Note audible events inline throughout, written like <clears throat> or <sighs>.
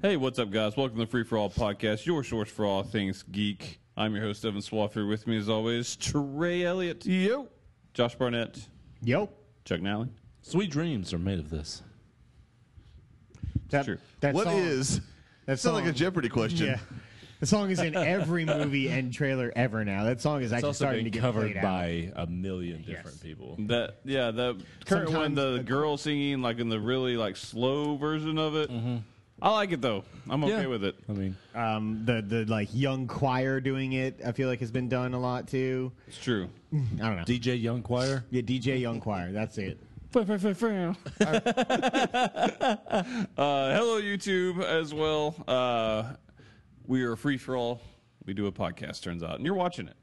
Hey, what's up, guys? Welcome to the Free For All podcast, your source for all things geek. I'm your host, Evan Swaffer. With me, as always, Trey Elliott. Yo. Josh Barnett. Yo. Chuck Nally. Sweet dreams are made of this. That, true. That What song, is? That That sounds like a song. Jeopardy question. Yeah. The song <laughs> is in every movie and trailer ever now. That song is It's actually also starting to been get covered played out. by a million different people. That yeah, the current one, Sometimes- the girl singing like in the really like slow version of it. I like it though. I'm okay Yeah. with it. I mean, um, the the like young choir doing it. I feel like has been done a lot too. It's true. I don't know. DJ Young Choir. yeah, DJ Young Choir. That's it. Uh, hello, YouTube, as well. Uh, we are free for all. We do a podcast, turns out, and you're watching it.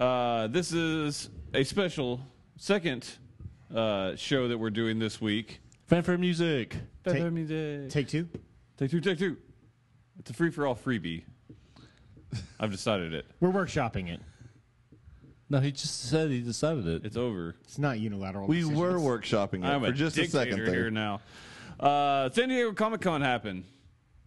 Uh, this is a special second uh, show that we're doing this week. Fanfare music. Take- Take, Take two. take two, take two. It's a free for all freebie. I've decided it. We're workshopping it. No, he just said he decided it. It's over. It's not unilateral. We decisions. were workshopping it I'm for just a dictator second here there. now. Uh, San Diego Comic Con happened.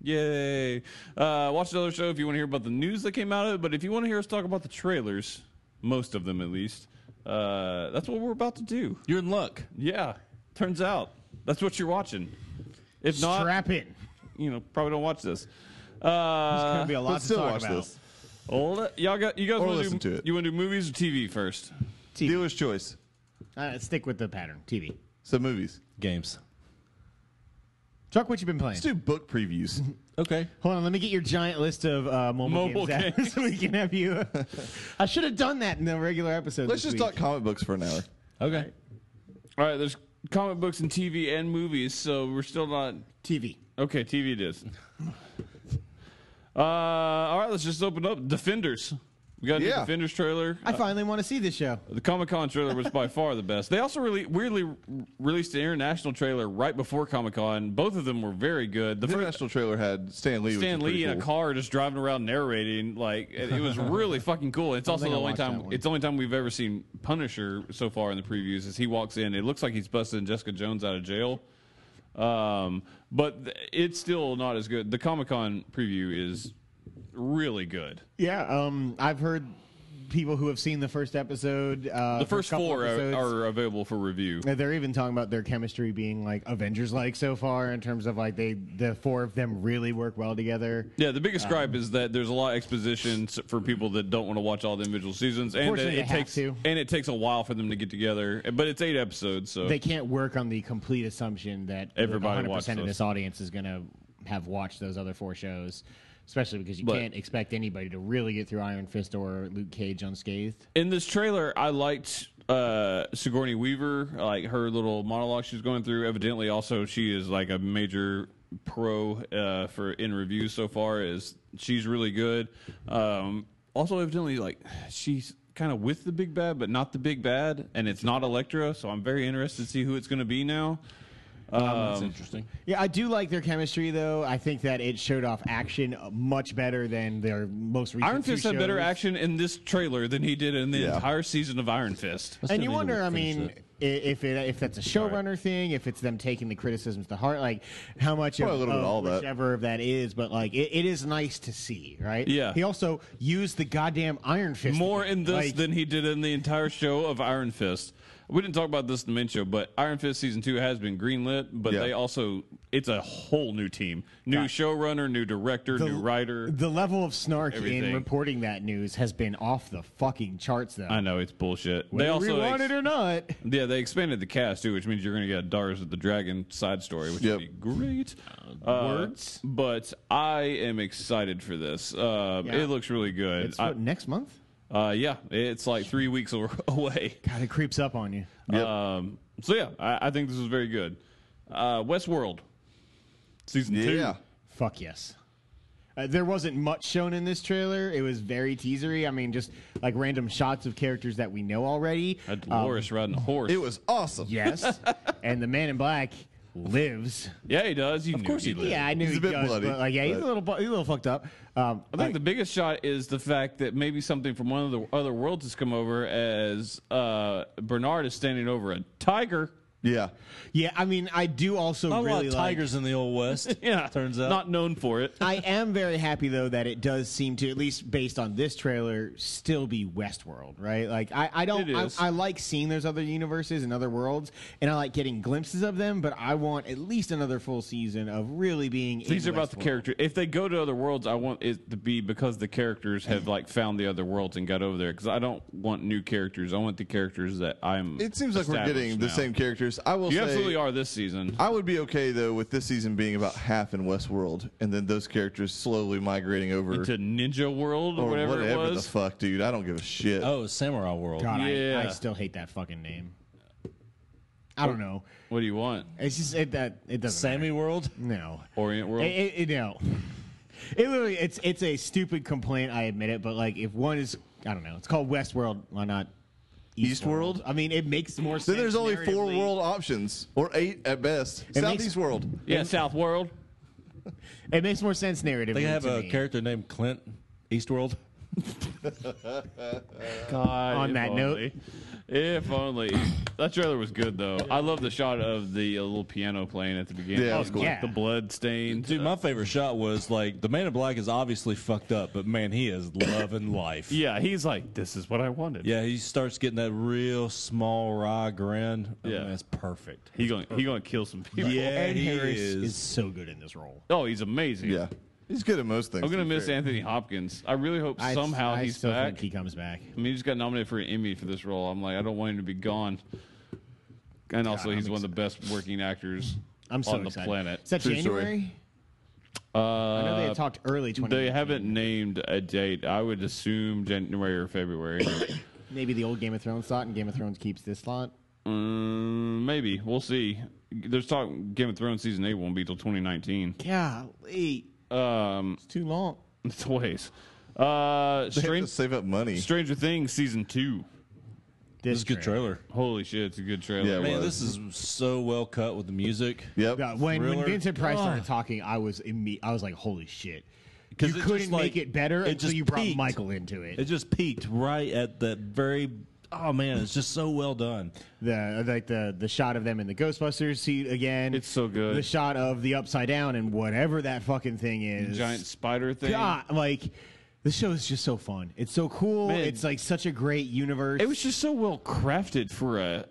Yay! Uh, watch the other show if you want to hear about the news that came out of it. But if you want to hear us talk about the trailers, most of them at least, uh, that's what we're about to do. You're in luck. Yeah, turns out that's what you're watching. If not, Strap in. you know, probably don't watch this. There's Uh, gonna be a lot But to still talk watch about. this. hold it. y'all got you guys Or want listen to it. You want to do movies or TV first? Dealer's choice. Uh, stick with the pattern. TV. So movies. Games. Chuck, what you been playing? Let's do book <laughs> previews. Okay. Hold on, let me get your giant list of uh, mobile, Mobile games, games. so <laughs> we can have you. I should have done that in the regular episode. Let's this just talk week. comic books for an hour. Okay. All right, there's comic books and TV and movies, so we're still not TV. Okay, TV it is. <laughs> uh, all right, let's just open up Defenders. We got a new Yeah. Defenders trailer. I finally want to see this show. The Comic Con trailer was by far the best. They also really weirdly re- released an international trailer right before Comic Con. Both of them were very good. The The first international trailer had Stan Lee. which Stan was pretty Lee in a cool. car just driving around narrating, like it, it was really fucking cool. It's also think the I only watched time that one. it's the only time we've ever seen Punisher so far in the previews is he walks in. It looks like he's busting Jessica Jones out of jail. Um, but th- it's still not as good. The Comic Con preview is really good. Yeah, um, I've heard people who have seen the first episode. Uh, The first a couple four are, episodes, are available for review. uh, They're even talking about their chemistry being like Avengers like so far in terms of like they the four of them really work well together. Yeah, the Um, biggest gripe is that there's a lot of exposition s- for people that don't want to watch all the individual seasons, and that Unfortunately, it they have takes to. and it takes a while for them to get together. But it's eight episodes, so They can't work on the complete assumption that like, Everybody watched 100% of those. this audience is going to have watched those other four shows, especially because you But- can't expect anybody to really get through Iron Fist or Luke Cage unscathed. in this trailer, I liked uh, Sigourney Weaver, like her little monologue she's going through. Evidently, also she is like a major pro uh, for in reviews so far. Is she's really good. Um, also, evidently, like she's kind of with the big bad, but not the big bad, and it's not Elektra. So I'm very interested to see who it's going to be now. That's interesting. Yeah, I do like their chemistry though. I think that it showed off action much better than their most recent. Iron two Fist had better shows. action in this trailer than he did in the Yeah. entire season of Iron Fist. Let's and do you it. wonder, I Finish mean, it. i- if it, if that's a showrunner thing, if it's them taking the criticisms to heart, like how much of, Probably a little bit of of all that. whichever of that is, but like it, it is nice to see, right? Yeah. He also used the goddamn Iron Fist more again. in this Like, than he did in the entire show of Iron Fist. We didn't talk about this in the main show, but Iron Fist season two has been greenlit. But Yeah. they also it's a whole new team, new showrunner, new director, new writer. The level of snark Everything. in reporting that news has been off the fucking charts, though. I know it's bullshit. Whether they we also want ex- it or not. yeah they expanded the cast too, which means you're going to get a Dars of the Dragon side story, which Yep. would be great. Uh, words? but I am excited for this. Uh, Yeah. It looks really good. It's I- what, next month. uh, yeah, it's like three weeks <laughs> aw- away. God, it creeps up on you. Yep. Um, so yeah, I, I think this is very good. Uh, Westworld, season two. yeah. Fuck yes. Uh, there wasn't much shown in this trailer. It was very teasery. I mean, just like random shots of characters that we know already. A Dolores riding a horse. It was awesome. <laughs> Yes. and the man in black lives. yeah, he does. You of course he he did. Yeah, I knew He's he a bit does, bloody, but, like, yeah, he's a but- little, bu- he's a little fucked up. Um, I think the biggest shot is the fact that maybe something from one of the other worlds has come over as uh, Bernard is standing over a tiger. Yeah. Yeah, I mean, I do also Not a lot really of like. tigers in the old west. <laughs> Yeah, turns out. not known for it. I am very happy though that it does seem to, at least based on this trailer, still be Westworld, right? Like I, I don't, It I, is. I like seeing those other universes and other worlds, and I like getting glimpses of them. But I want at least another full season of really being. These are in about the Westworld. character. If they go to other worlds, I want it to be because the characters have like found the other worlds and got over there. Because I don't want new characters. I want the characters that I'm. It seems like we're established getting the now. same characters. I will You say absolutely are this season. I would be okay though with this season being about half in Westworld and then those characters slowly migrating over to Ninja World or, or whatever, it was. the fuck, dude. I don't give a shit. Oh, Samurai World. God, I, Yeah. I still hate that fucking name. I don't know. what do you want? It's just it, that it doesn't. Sammy World. matter. no. Orient World. It, it, it, no. <sighs> It literally, it's it's a stupid complaint. I admit it, but like, if one is, I don't know, it's called Westworld. Why not Eastworld? I mean, it makes more sense. then there's only four narratively. world options or eight at best. It Southeast makes- World. yeah, South World. It makes more sense narratively. They have to a me. character named Clint Eastworld. God. On if that only. if only that trailer was good though. I love the shot of the uh, little piano playing at the beginning. Yeah, that was Like, cool. Yeah. The blood stained. Dude, my favorite shot was like the man in black is obviously fucked up, but man, he is loving life. yeah, he's like, this is what I wanted. Yeah, he starts getting that real small wry grin. I mean, Yeah. that's perfect. He gonna he gonna kill some people. Yeah, Ed he Harris is. is. so good in this role. Oh, he's amazing. Yeah. He's good at most things. I'm gonna to be miss fair. Anthony Hopkins. I really hope I- somehow I he's still back. think he comes back. I mean, he just got nominated for an Emmy for this role. I'm like, I don't want him to be gone. And also, he's one of the best working actors <laughs> I'm so on the excited. planet. Uh, Is that True story. January? I know they had talked early. 20 They haven't named a date. I would assume January or <coughs> February. Maybe the old Game of Thrones slot, and Game of Thrones keeps this slot. um, maybe we'll see. There's talk Game of Thrones season eight won't be till 2019. Golly, Um, it's too long. <laughs> it's a ways. Uh, They have Stran- to save up money. Stranger Things season two. This is a good trailer. Holy shit, it's a good trailer. Yeah, It Man, was. this is so well cut with the music. Yep. Yeah, when, when Thriller. Vincent Price started Ugh. talking, I was imme- I was like, "Holy shit!" 'Cause You it couldn't just, like, make it better it until just you brought peaked. Michael into it. It just peaked right at that very. Oh man, it's just so well done. the like the the shot of them in the Ghostbusters seat again. It's so good. The shot of the upside down and whatever that fucking thing is. Giant spider thing. God, like the show is just so fun. It's so cool. Man. It's like such a great universe. It was just so well crafted for a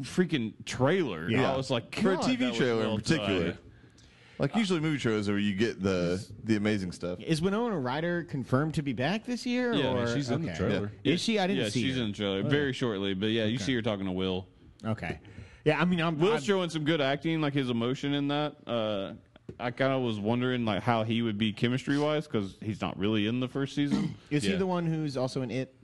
freaking trailer. Yeah. I was like, For a God, that TV was trailer well in particular. done. Like usually movie shows where you get the the amazing stuff. is Winona Ryder confirmed to be back this year? Yeah, I mean, or- she's in the okay. trailer. Yeah, Is she? I didn't yeah, see she's her. Oh. in the trailer very shortly, but yeah, you see her talking to Will. Okay. Yeah, I mean, I'm, Will's I'm showing some good acting, like his emotion in that. Uh, I kind of was wondering like how he would be chemistry wise because he's not really in the first <coughs> season. is he Yeah. the one who's also in it?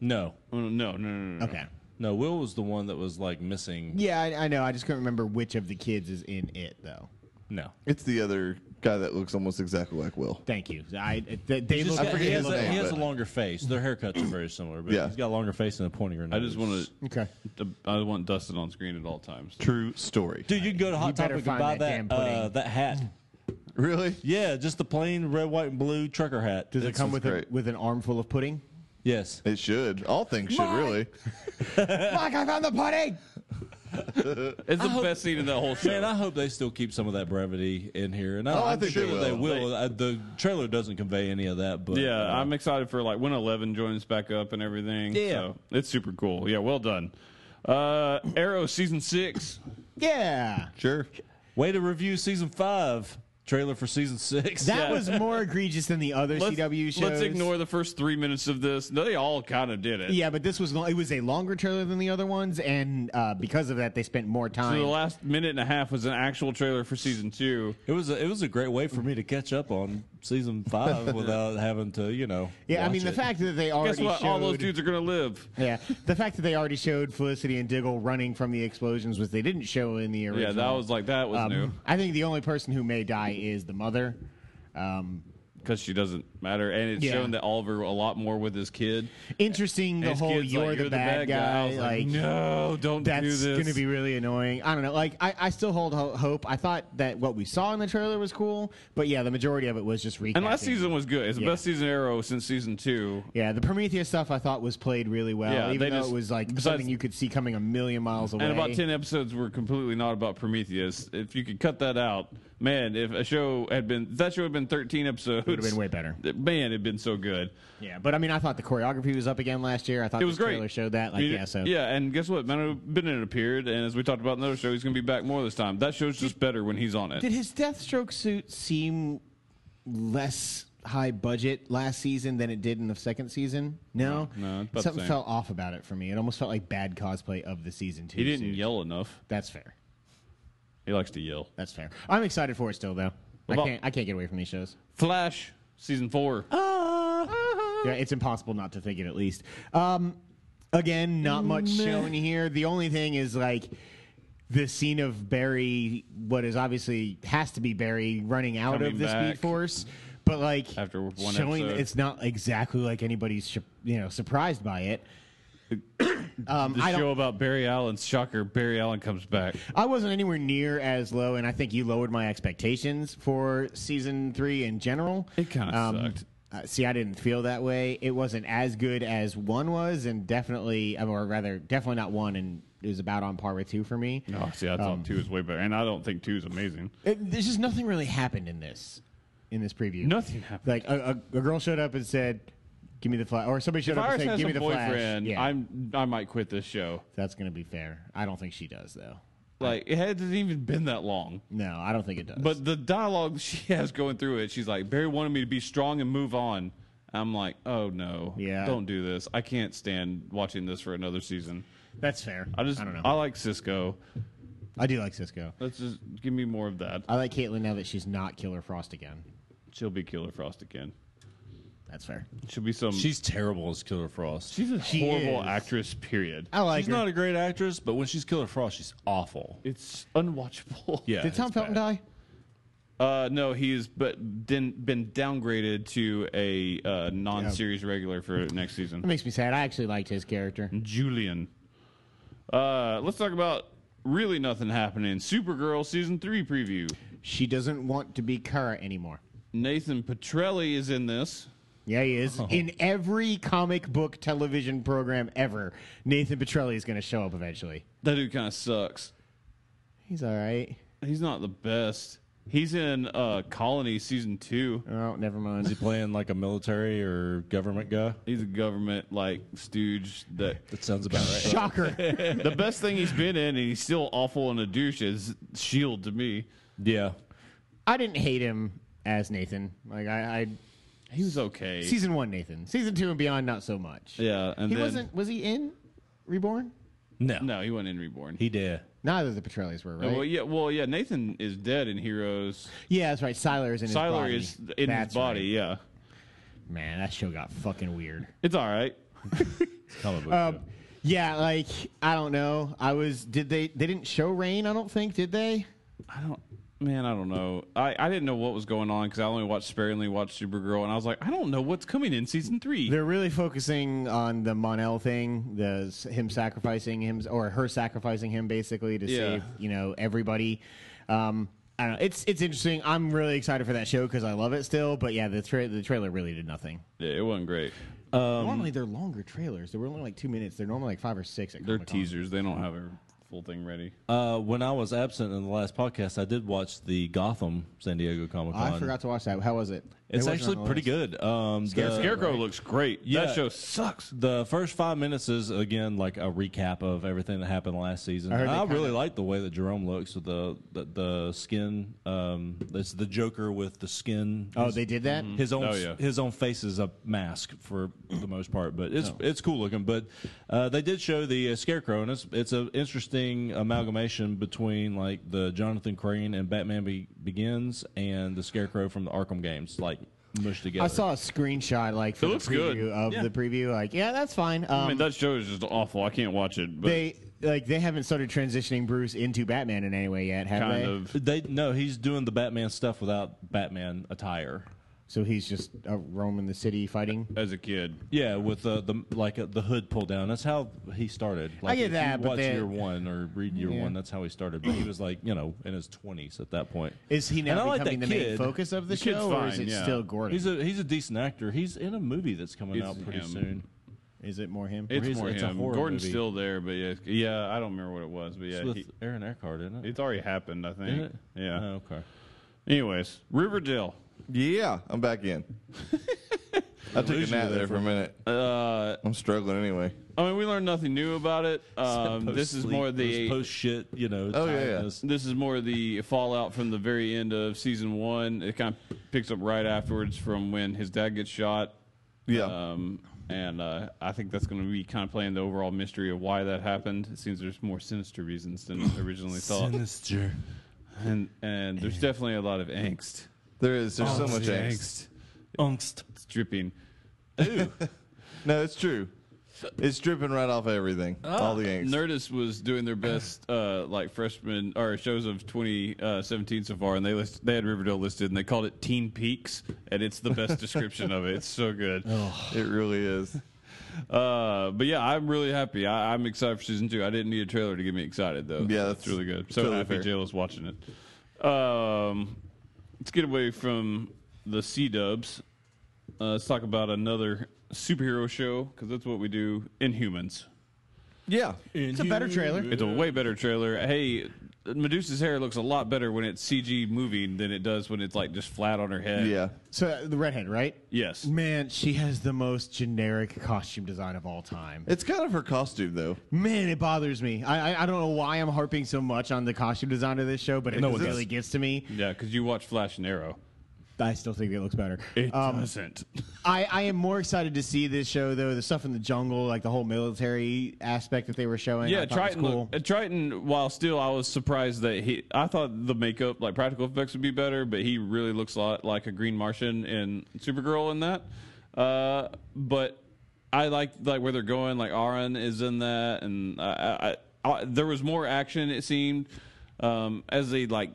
No, Oh, no, no, no, no, Mm-hmm. no. Okay. no, Will was the one that was like missing. Yeah, I, I know. I just couldn't remember which of the kids is in it though. No, It's the other guy that looks almost exactly like Will. Thank you. I they, they He's look. just got- forget he, his has a, name, he has a but- longer face. Their haircuts are very similar, but Yeah. he's got a longer face and a pointier I nose. just want okay. to. uh, I want Dustin on screen at all times. True story. Dude, you can go to Hot better Topic and find buy that that damn that, pudding. uh, that hat. Really? Yeah, just the plain red, white, and blue trucker hat. Does it It's- come with a, great. with an armful of pudding? Yes. It should. All things should really. Mike, I found the pudding. It's the best scene in that whole show. Man, I hope they still keep some of that brevity in here, and I, Oh, I am think sure they that they will. will. Uh, the trailer doesn't convey any of that, but Yeah, uh, I'm excited for like when Eleven joins back up and everything. Yeah. so it's super cool. Yeah, well done. Uh, Arrow season six. <laughs> Yeah. Sure. way to review season five trailer for season six. That was more egregious than the other Let's, CW shows. let's ignore the first three minutes of this. They all kind of did it. Yeah, but this was lo- it was a longer trailer than the other ones, and uh, because of that, they spent more So time. the last minute and a half was an actual trailer for season two. it was a, it was a great way for me to catch up on season <laughs> five without having to you know. yeah, I watch mean the it. fact that they already Guess what? showed All those dudes are gonna live. yeah, the fact that they already showed Felicity and Diggle running from the explosions, which they didn't show in the original. Yeah, that was like that was Um, new. I think the only person who may die is the mother. Um, because she doesn't matter, and it's Yeah. shown that Oliver a lot more with his kid. Interesting. The His whole kid's you're, like, the, bad, guy. I was like, like no, don't That's do this. going to be really annoying. I don't know. Like, I, I still hold ho- hope. I thought that what we saw in the trailer was cool, but yeah, the majority of it was just recapping. and last season was good. It's the Yeah. best season of Arrow since season two. yeah, the Prometheus stuff I thought was played really well, Yeah, even they though just- it was like besides- something you could see coming a million miles away. And about ten episodes were completely not about Prometheus. If you could cut that out, man, if a show had been if that show had been thirteen episodes, would have been way better. Man, it'd been so good. Yeah, but I mean, I thought the choreography was up again last year. I thought It was the great. trailer showed that. Like, You- yeah, so yeah, and guess what? Manu Bennett appeared, and as we talked about in another show, he's going to be back more this time. That show's just better when he's on it. Did his Deathstroke suit seem less high budget last season than it did in the second season? No, No, no, it's about the something same. felt off about it for me. It almost felt like bad cosplay of the season two. he didn't suit. yell enough. That's fair. He likes to yell. That's fair. I'm excited for it still, though. I about- can't. I can't get away from these shows. Flash season four. Yeah, it's impossible not to think it at least. Um, again, not much shown here. The only thing is like the scene of Barry, what is obviously has to be Barry running out Coming of the back. Speed Force, but like After one showing episode. that it's not exactly like anybody's sh- you know surprised by it. Um, the I don't show about Barry Allen's shocker. Barry Allen comes <laughs> back. I wasn't anywhere near as low, and I think you lowered my expectations for season three in general. It kinda sucked. uh, see, I didn't feel that way. It wasn't as good as one was, and definitely, uh, or rather, definitely not one, and it was about on par with two for me. Oh, see, I thought Um. two is way better, and I don't think two is amazing. It- there's just nothing really happened in this, in this preview. Nothing happened. Like a, a, a girl showed up and said, "Give me the flash," or somebody showed If up and Iris said, has "Give a me the boyfriend, flash." Yeah, I'm I might quit this show. that's gonna be fair. I don't think she does though. Like it hasn't even been that long. No, I don't think it does. But the dialogue <laughs> she has going through it, she's like, Barry wanted me to be strong and move on. I'm like, oh no, Yeah. don't do this. I can't stand watching this for another season. that's fair. I just, I don't know. I like Cisco. I do like Cisco. Let's just give me more of that. I like Caitlyn now that she's not Killer Frost again. She'll be Killer Frost again. That's fair. She'll be some. She's terrible as Killer Frost. she's a she horrible is. actress. Period. I like she's her. not a great actress, but when she's Killer Frost, she's awful. It's unwatchable. Yeah. Did Tom it's Felton bad. die? Uh, no, he's but then been downgraded to a uh, non-series regular for next season. That makes me sad. I actually liked his character. Mm-hmm. Julian. Uh, let's talk about really nothing happening. Supergirl season three preview. She doesn't want to be Kara anymore. Nathan Petrelli is in this. Yeah, he Oh. is. In every comic book television program ever, Nathan Petrelli is going to show up eventually. That dude kind of sucks. He's all right. He's not the best. He's in uh, Colony season two. Oh, never Is <laughs> mind. he playing like a military or government guy? He's a government like stooge. That <laughs> That sounds about right. Shocker. the best thing he's been in, and he's still awful and a douche. Is Shield E to me. yeah. I didn't hate him as Nathan. Like I, He was I okay. season one Nathan, season two and beyond, not so much. yeah, and he then wasn't. Was he in Reborn? No. no, he wasn't in Reborn. He did. Neither of the Petrellis were right. Well, yeah, well, yeah. Nathan is dead in Heroes. Yeah, that's right. Siler is in his Siler body. is in That's his body. Yeah, right. Man, that show got fucking weird. it's all right. It's a comic book Um, yeah, like I don't know. I was did they they didn't show rain? I don't think did they? I don't, man. I don't know. I, I didn't know what was going on because I only watched sparingly watched Supergirl, and I was like, I don't know what's coming in season three. They're really focusing on the Monel thing, the s- him sacrificing him or her sacrificing him basically to Yeah. save you know everybody. Um, I don't know. It's it's interesting. I'm really excited for that show because I love it still. But yeah, the tra- the trailer really did nothing. yeah, it wasn't great. Um, normally they're longer trailers. They were only like two minutes. They're normally like um, five or six. At They're Comic-Con. teasers. They don't have a full thing ready. Uh, when I was absent in the last podcast, I did watch the Gotham San Diego Comic Con. I forgot to watch that. How was it? It's It wasn't actually on the pretty list. good. Um, the, Scarecrow looks great. Yeah. That show sucks. the first five minutes is again like a recap of everything that happened last season. I heard And they I, kinda- really like the way that Jerome looks with the the, the skin. Um, it's the Joker with the skin. Oh, they did that. Mm-hmm. his own Oh, yeah. his own face is a mask for the most part, but Oh. it's it's cool looking. But uh, they did show the uh, scarecrow, and it's it's an interesting amalgamation between like the Jonathan Crane and Batman Be- Begins and the scarecrow from the Arkham games, like mushed together. I saw a screenshot like for It the looks preview good. of Yeah. the preview. Like, yeah, that's fine. Um, I mean, that show is just awful. I can't watch it. But they like they haven't started transitioning Bruce into Batman in any way yet, have kind they? of. They no, he's doing the Batman stuff without Batman attire. So he's just uh, roaming the city fighting. as a kid. Yeah, with uh, the like uh, the hood pulled down. That's how he started. Like, get if that, You but watch then- year one or read year Yeah. one. That's how he started. But he was like you know in his twenties at that point. Is he And I now like becoming that the main kid. focus of the, The kid's show, or is fine, it yeah. still Gordon? He's a he's a decent actor. He's in a movie that's coming It's out pretty him. soon. is it more him? It's he's- more it's a him. horror Gordon's movie. still there, but yeah, yeah, I don't remember what it was, but yeah, it's with he- Aaron Eckhart, isn't it? it's already happened, I think. Isn't it? Yeah. Oh, okay. Anyways, Riverdale. Yeah, I'm back in. I took a Illusion nap there there for for a minute. Uh, I'm struggling anyway. I mean, we learned nothing new about <laughs> it. Um, this is Post-sleep, more the post shit. You know. Oh, yeah, yeah. tiredness. This is more the fallout from the very end of season one. It kind of picks up right afterwards from when his dad gets shot. Yeah. Um, and uh, I think that's going to be kind of playing the overall mystery of why that happened. It seems there's more sinister reasons <clears throat> than originally thought, Sinister. and and there's definitely a lot of angst. There is. There's so much angst. Angst. It's dripping. No, it's true. It's dripping right off everything. Ah, all the angst. Nerdist was doing their best, uh, like freshman or shows of 2017 so far, and they list, they had Riverdale listed, and they called it Teen Peaks, and it's the best description of it. It's <laughs> so good. it really is. Uh, but yeah, I'm really happy. I, I'm excited for season two. I didn't need a trailer to get me excited though. Yeah, that's that's really good. So totally happy fair. Jail is watching it. Um, let's get away from the C Dubs. Uh, let's talk about another superhero show because that's what we do. Inhumans. Yeah. It's a better trailer. It's a way better trailer. Hey, Medusa's hair looks a lot better when it's CG moving than it does when it's like just flat on her head. Yeah. So uh, the redhead, right? Yes. Man, she has the most generic costume design of all time. It's kind of her costume though. Man, it bothers me. I I, I don't know why I'm harping so much on the costume design of this show, but it No, it really does. gets to me. Yeah, because you watch Flash and Arrow. I still think it looks better. It Um, doesn't. I, I am more excited to see this show though. The stuff in the jungle, like the whole military aspect that they were showing. Yeah, I thought was Triton. cool. looked- uh, Triton. While still, I was surprised that he. I thought the makeup, like practical effects, would be better, but he really looks a lot like a Green Martian in Supergirl in that. Uh, but I like like where they're going. Like Aaron is in that, and I, I, I, I there was more action. It seemed um, as they like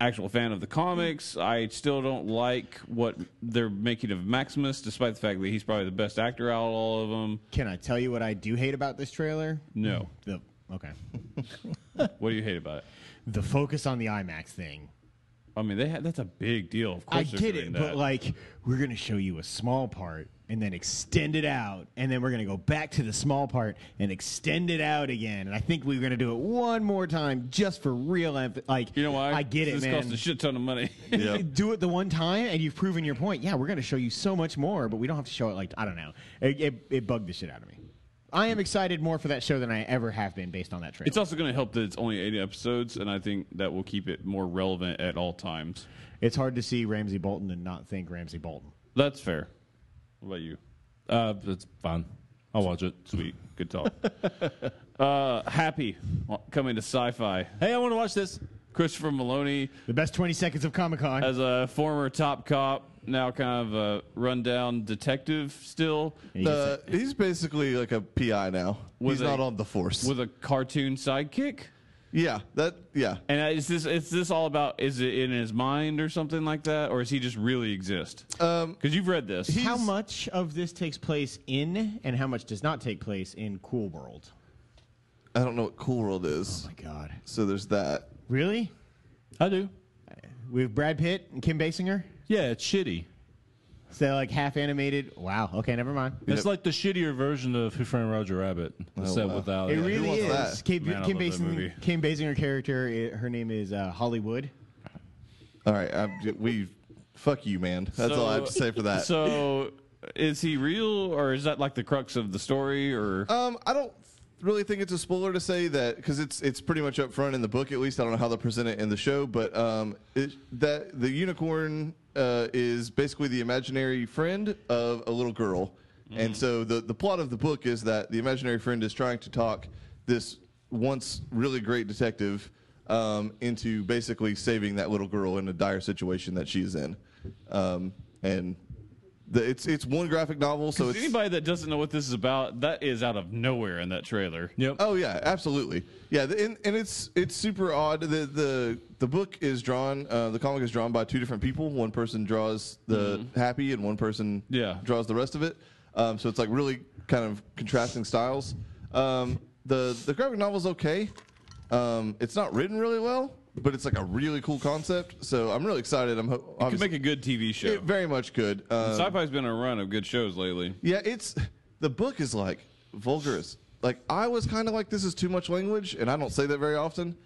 actual fan of the comics. I still don't like what they're making of Maximus, despite the fact that he's probably the best actor out of all of them. Can I tell you what I do hate about this trailer? No. The okay, What do you hate about it? the focus on the IMAX thing. I mean, they had, that's a big deal. Of course, I they're get doing it, that. but like we're gonna show you a small part and then extend it out, and then we're gonna go back to the small part and extend it out again. And I think we're gonna do it one more time just for real. emph- Like you know why? I get it, This man. costs a shit ton of money. <laughs> Yeah. do it the one time and you've proven your point. Yeah, we're going to show you so much more, but we don't have to show it like I don't know. It, it, it bugged the shit out of me. I am excited more for that show than I ever have been based on that trailer. it's also going to help that it's only 80 episodes, and I think that will keep it more relevant at all times. it's hard to see Ramsey Bolton and not think Ramsey Bolton. That's fair. What about you? Uh, it's fine. I'll watch it. Sweet, good talk. uh, happy coming to sci-fi. Hey, I want to watch this. Christopher Maloney The best 20 seconds of Comic Con. as a former top cop, now kind of a rundown detective still Uh, he's basically like a PI now. With he's a- not on the force. with a cartoon sidekick. yeah. That. Yeah. And uh, is this is this all about is it in his mind or something like that, or is he just really exist? Because Um. you've read this. how much of this takes place in and how much does not take place in Cool World? I don't know what Cool World is. Oh my God. so there's that. Really? I do. We have Brad Pitt and Kim Basinger? <laughs> Yeah, it's shitty. So they're like half animated. Wow. Okay, never mind. It's like the shittier version of Who Framed Roger Rabbit, Oh, except wow. without. It it. really Oh, wants is. that? Kim, Man, I Kim, love that movie. Basing, Kim Basinger character. i her name is uh, Hollywood. All right. I'm, we. Fuck you, man. That's all I have to say for that. So is he real, or is that like the crux of the story? Or Um, I don't really think it's a spoiler to say that because it's it's pretty much up front in the book. At least I don't know how they present it in the show, but um, it, that the unicorn uh, is basically the imaginary friend of a little girl, and so the the plot of the book is that the imaginary friend is trying to talk this once really great detective um, into basically saving that little girl in a dire situation that she's in, um, and The, it's it's one graphic novel, so So it's anybody that doesn't know what this is about, that is out of nowhere in that trailer. Yep. Oh yeah, absolutely. Yeah, the, and, and it's it's super odd. The the the book is drawn. Uh, the comic is drawn by two different people. One person draws the happy, and one person Mm-hmm. Yeah. draws the rest of it. Um, so it's like really kind of contrasting styles. Um, the the graphic novel's okay. Um, it's not written really well, but it's like a really cool concept. So I'm really excited. I'm ho- Could obviously- make a good TV show. it very much good. Um, Sci-fi's been on a run of good shows lately. yeah, it's the book is like vulgar. as- Like I was kind of like this is too much language, and I don't say that very often.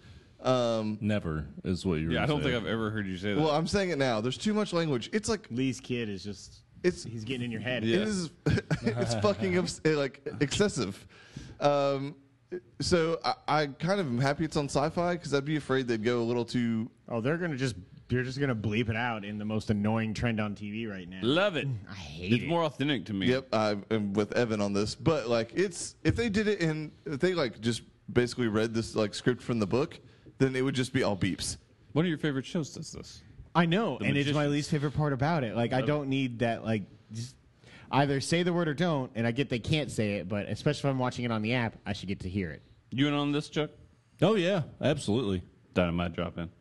Um, Never is what you. were Yeah, I don't think saying. I've ever heard you say that. well, I'm saying it now. There's too much language. It's like Lee's kid is just It's- he's getting in your head. Yeah. it is. <laughs> It's fucking obs- eh, like excessive. Um, so I, I kind of am happy it's on sci-fi because I'd be afraid they'd go a little too. Oh, they're gonna just you're just gonna bleep it out in the most annoying trend on TV right now. Love it. I hate It's it. more authentic to me. Yep, I am with Evan on this, but like it's if they did it in if they like just basically read this like script from the book, then it would just be all beeps. One of your favorite shows does this. I know, and it's my magicians. least favorite part about it. Like, I don't need that. Like, just either say the word or don't. And I get they can't say it, but especially if I'm watching it on the app, I should get to hear it. You in on this, Chuck? Oh yeah, absolutely. Dynamite drop in.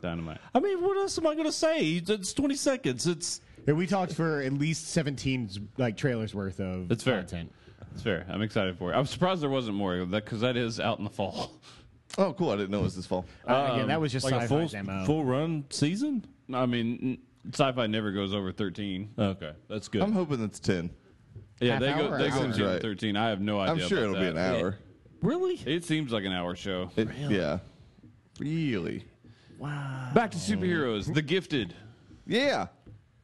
Dynamite. I mean, what else am I going to say? It's 20 seconds. It's And we talked for at least 17 like trailers worth of That's fair. content. It's fair. I'm excited for it. I'm surprised there wasn't more because that is out in the fall. <laughs> Oh, cool! I didn't know it was this fall. Uh, Um, Again, that was just like sci-fi a full demo. full run season. I mean, n- sci-fi never goes over 13. Okay, that's good. I'm hoping it's ten. Yeah, Half they hour go. or They hour? go Seems into right. 13. I have no idea. I'm sure it'll about be an that. hour. really? It seems like an hour show. It- Yeah. Really? Wow. Back to superheroes. The Gifted. Yeah.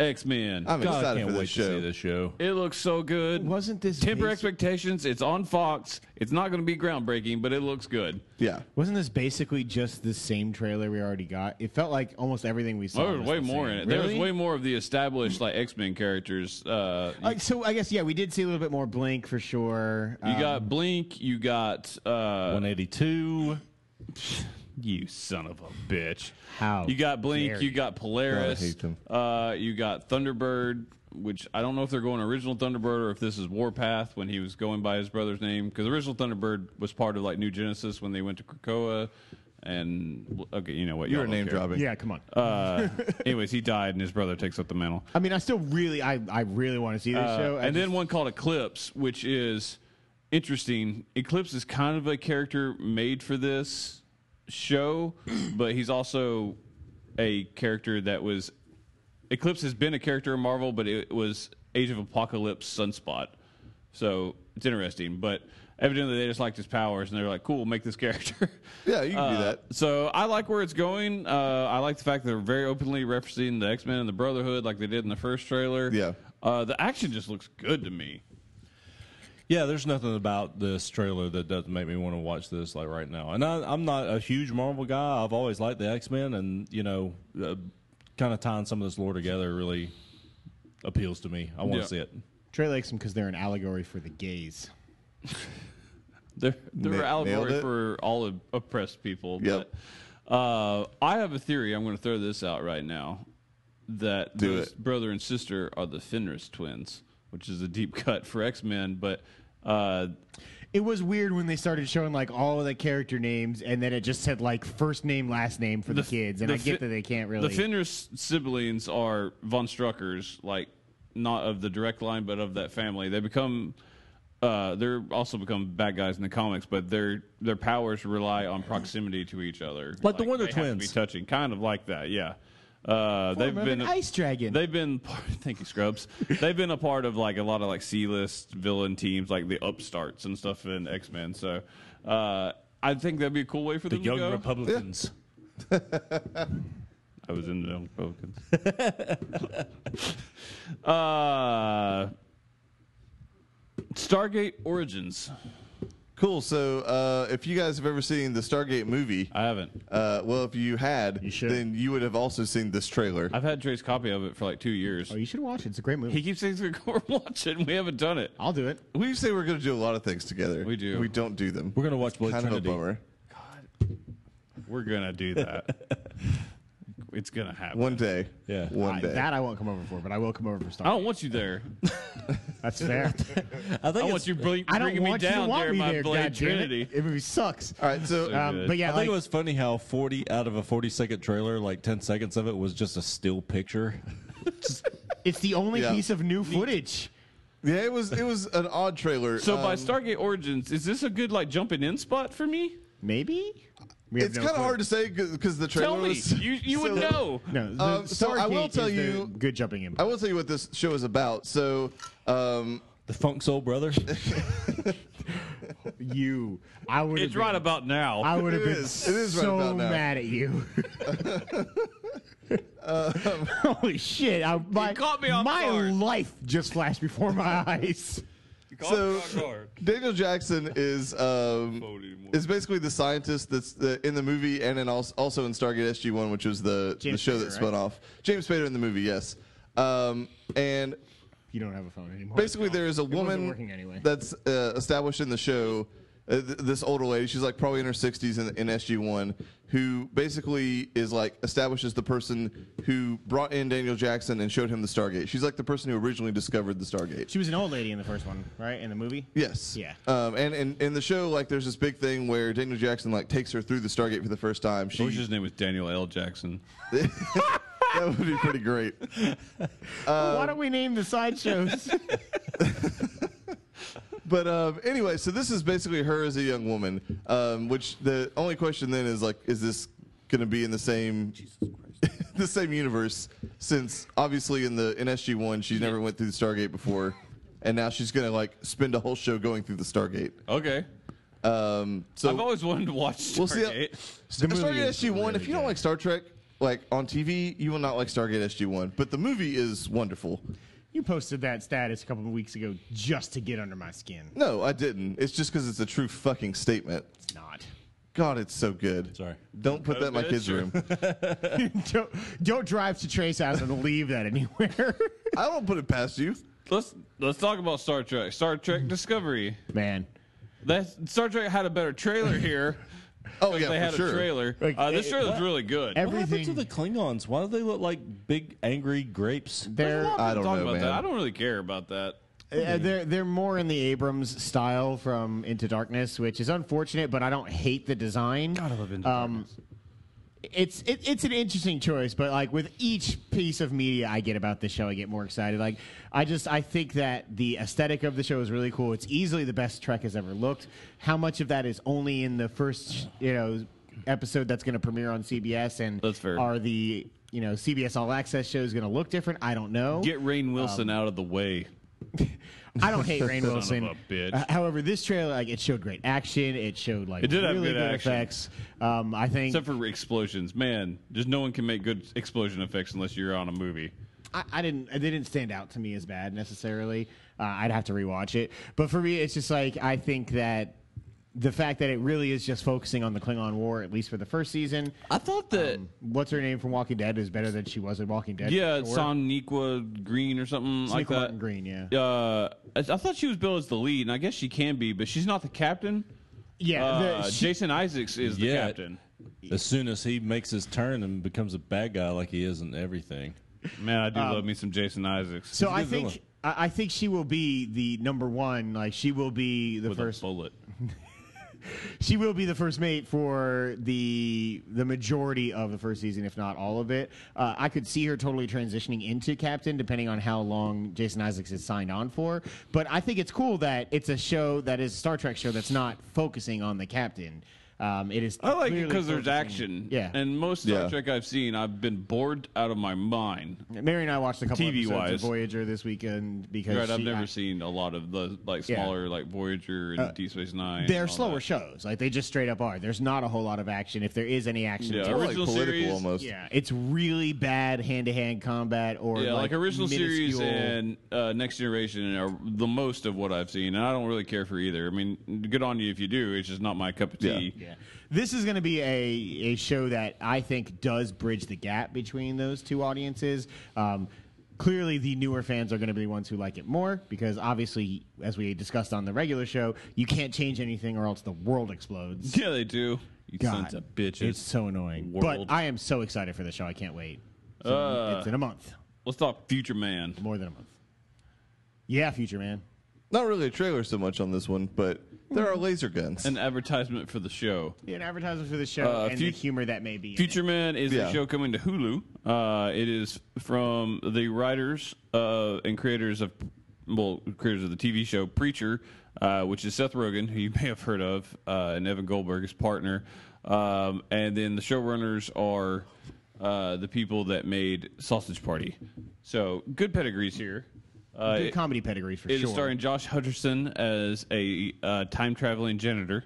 X Men. I'm God, I excited can't for wait this show. to see this show. It looks so good. Wasn't this temper based- expectations? It's on Fox. It's not going to be groundbreaking, but it looks good. Yeah. Wasn't this basically just the same trailer we already got? It felt like almost everything we saw. There was was way the more same. in Oh, it. There was way more of the established like X Men characters. Uh, Uh, so I guess yeah, we did see a little bit more Blink for sure. Uh, Um, you got Blink. You got uh, <sighs> 182. you son of a bitch. How You got Blink. dare You you. got Polaris. Oh, God, I hate them. Uh, you got Thunderbird, which I don't know if they're going original Thunderbird or if this is Warpath when he was going by his brother's name because original Thunderbird was part of like New Genesis when they went to Krakoa. And okay, you know what? You y'all were don't name care. dropping. yeah, come on. Uh, anyways, he died, and his brother takes up the mantle. I mean, I still really, I, I really want to see this Uh, show. I and just- then one called Eclipse, which is interesting. Eclipse is kind of a character made for this <clears throat> show, but he's also a character that was. Eclipse has been a character in Marvel, but it was Age of Apocalypse Sunspot. So it's interesting, but evidently they just liked his powers, and they're like, "Cool, make this character." Yeah, you can do <laughs> Uh, that. So I like where it's going. Uh, I like the fact that they're very openly referencing the X Men and the Brotherhood, like they did in the first trailer. Yeah. Uh, the action just looks good to me. Yeah, there's nothing about this trailer that doesn't make me want to watch this like right now. And I, I'm not a huge Marvel guy. I've always liked the X Men, and you know, uh, kind of tying some of this lore together really appeals to me. I want to Yeah. see it. Trey likes them because they're an allegory for the gays. They're they're Na- nailed allegory it. for all of oppressed people. Yep. But, uh, I have a theory. I'm going to throw this out right now. That Do those it. brother and sister are the Fenris twins, which is a deep <laughs> cut for X Men, but. Uh, It was weird when they started showing like all of the character names, and then it just said like first name, last name for the, kids. And I get Fin- that they can't really. The Fenris siblings are von Strucker's, like not of the direct line, but of that family. They become. Uh, they're also become bad guys in the comics, but their their powers rely on proximity to each other, Like the Wonder they have to be Twins. touching, kind of like that. Yeah, uh, they've of been an ice dragon. They've been <laughs> part, thank you, Scrubs. they've been a part of like a lot of like C list villain teams, like the upstarts and stuff in X Men. So uh, I think that'd be a cool way for The them to Young go. Republicans. I was in the Young <laughs> Republicans. uh, Stargate Origins. Cool. So uh, if you guys have ever seen the Stargate movie, I haven't. uh, well, if you had, You should. then you would have also seen this trailer. I've had Trey's copy of it for like two years. oh, you should watch it. It's a great He movie. keeps saying he's going to <laughs> watch it, and we haven't done it. I'll do it. we say we're going to do a lot of things together. We do. We don't do them. We're gonna watch Blood Kind of a Trinity. bummer. We're going to do that. <laughs> It's gonna happen. One day. Yeah. One I- day. that I won't come over for, but I will come over for I Star. don't want you there. <laughs> That's fair. I think I it's- want you bring, <laughs> I don't bringing me want you to down want there, me my there. Blade God Trinity. It. it really sucks. All right. <laughs> So Um, but yeah, I think like, it was funny how 40 out of a 40 second trailer, like 10 seconds of it was just a still picture. <laughs> Just- it's the only Yeah. piece of new footage. yeah, it was it was an odd trailer. So by Um, Stargate Origins, is this a good like jumping in spot for me? Maybe we have it's no kind of clue. hard to say because the trailer Tell me. was. <laughs> You you so- would know. <laughs> No, the Um, so I will Stargate tell is the you- good jumping in. I will tell you what this show is about. So, um, the Funk Soul <laughs> Brother. you, I would. It's right about now. I would have It been is. It is right so about now. mad <laughs> at you. <laughs> Holy shit! I, my caught me off my guard. life just flashed before my eyes. <laughs> so Daniel Jackson is um, is basically the scientist that's uh, in the movie and in also, also in Stargate SG One, which was the the James show Spader, that spun right? off. James Spader in the movie, yes. Um, and You don't have a phone anymore. basically there is a wasn't woman working anyway. that's uh, established in the show uh, th- this older lady she's like probably in her 60s in, in sg1 who basically is like establishes the person who brought in daniel jackson and showed him the stargate she's like the person who originally discovered the stargate She was an old lady in the first one, right? In the movie. Yes. Yeah. Um, and in, in the show, like, there's this big thing where Daniel Jackson like takes her through the Stargate for the first time. I She wish his name was Daniel L. Jackson. <laughs> that would be pretty great. Uh, Why don't we name <laughs> the sideshows? But um, anyway, so this is basically her as a young woman. Um, which the only question then is like, is this going to be in the same <laughs> the same universe? Since obviously in the in SG one, she's never went through the Stargate before, and now she's going to like spend a whole show going through the Stargate. Okay. Um, so I've always wanted to watch We'll see uh, how- Stargate. The movie Stargate is SG One. really if you don't good. like Star Trek, like on TV, you will not like Stargate SG One. But the movie is wonderful. you posted that status a couple of weeks ago just to get under my skin. No, I didn't. It's just because it's a true fucking statement. It's <laughs> not. <laughs> God, it's so good. Sorry. Don't put that in my Okay, kids' sure. <laughs> room. don't don't drive to Trace House and leave that anywhere. <laughs> I don't put it past you. Let's let's talk about Star Trek. Star Trek Discovery. Man, That Star Trek had a better trailer here. <laughs> Oh yeah, for they had sure. a trailer. Like, uh, this it- trailer's really good. every- What happened to Everything- the Klingons? Why do they look like big angry grapes? they're People I don't talk know, about man. that. I don't really care about that. uh, they're they're more in the Abrams style from Into Darkness, which is unfortunate, but I don't hate the design. Um, I love Into Darkness. It's it, it's an interesting choice, but like with each piece of media I get about this show, I get more excited. Like I just I think that the aesthetic of the show is really cool. It's easily the best Trek has ever looked. How much of that is only in the first you know episode that's going to premiere on CBS, and That's fair. are the you know CBS All Access shows going to look different? I don't know. Get Rain Wilson out of the way. I don't hate Rain of Wilson. a bitch. Uh, however, this trailer like it showed great action. It showed like It did have really good action. effects. Um, I think Except for explosions. Man, just no one can make good explosion effects unless you're on a movie. I, I didn't. They didn't stand out to me as bad necessarily. Uh, I'd have to rewatch it. But for me, it's just like I think that the fact that it really is just focusing on the Klingon War, at least for the first season. I thought that Um, What's her name from Walking Dead is better than she was in Walking Dead. Yeah, for sure. Soniqua Green or something like that. Nicola Martin Green. Yeah. Uh, I, I thought she was billed as the lead, and I guess she can be, but she's not the captain. Yeah. Uh, the- she- Jason Isaacs is the Yeah. captain. As soon as he makes his turn and becomes a bad guy like he is in everything. Man, I do love me some Jason Isaacs. Um, so a I good think villain. I I think she will be the number one. Like she will be the with first a bullet. she will be the first mate for the the majority of the first season, if not all of it. Uh, I could see her totally transitioning into captain, depending on how long Jason Isaacs is signed on for. But I think it's cool that it's a show that is a Star Trek show that's not focusing on the captain. Um, it is. I like it clearly because there's focusing- action. Yeah, And most Star Yeah. Trek I've seen, I've been bored out of my mind. Mary and I watched a couple TV episodes wise. of Voyager this weekend because Right, I've she- never I- seen a lot of the like Yeah. Uh, smaller like Voyager and Deep Space Nine. They're and all slower that. shows. Like they just straight up are. There's not a whole lot of action. If there is any action, Yeah, it's More like Original political series. almost. Yeah, it's really bad hand to hand combat or Yeah, like, like, original series minuscule- and uh, Next Generation are the most of what I've seen, and I don't really care for either. I mean, good on you if you do. It's just not my cup of Yeah. tea. Yeah. This is going to be a, a show that I think does bridge the gap between those two audiences. Um, clearly, the newer fans are going to be the ones who like it more because obviously, as we discussed on the regular show, you can't change anything or else the world <laughs> explodes. Yeah, they do. You sons God, of bitches. it's so annoying. World. But I am so excited for the show. I can't wait. So, Uh, it's in a month, Let's talk Future Man. more than a month. Yeah, future man. Not really a trailer so much on this one, but there are laser guns. An advertisement for the show. Be an advertisement for the show Uh, and fut- the humor that may be. in it. Future Man is Yeah. a show coming to Hulu. Uh, it is from the writers uh, and creators of, well, creators of the TV show Preacher, uh, which is Seth Rogen, who you <laughs> may have heard of, uh, and Evan Goldberg, his partner. Um, and then the showrunners are uh, the people that made Sausage Party. So good pedigrees here. Uh, Good comedy pedigree for it sure. is starring Josh Hutcherson as a uh, time traveling janitor,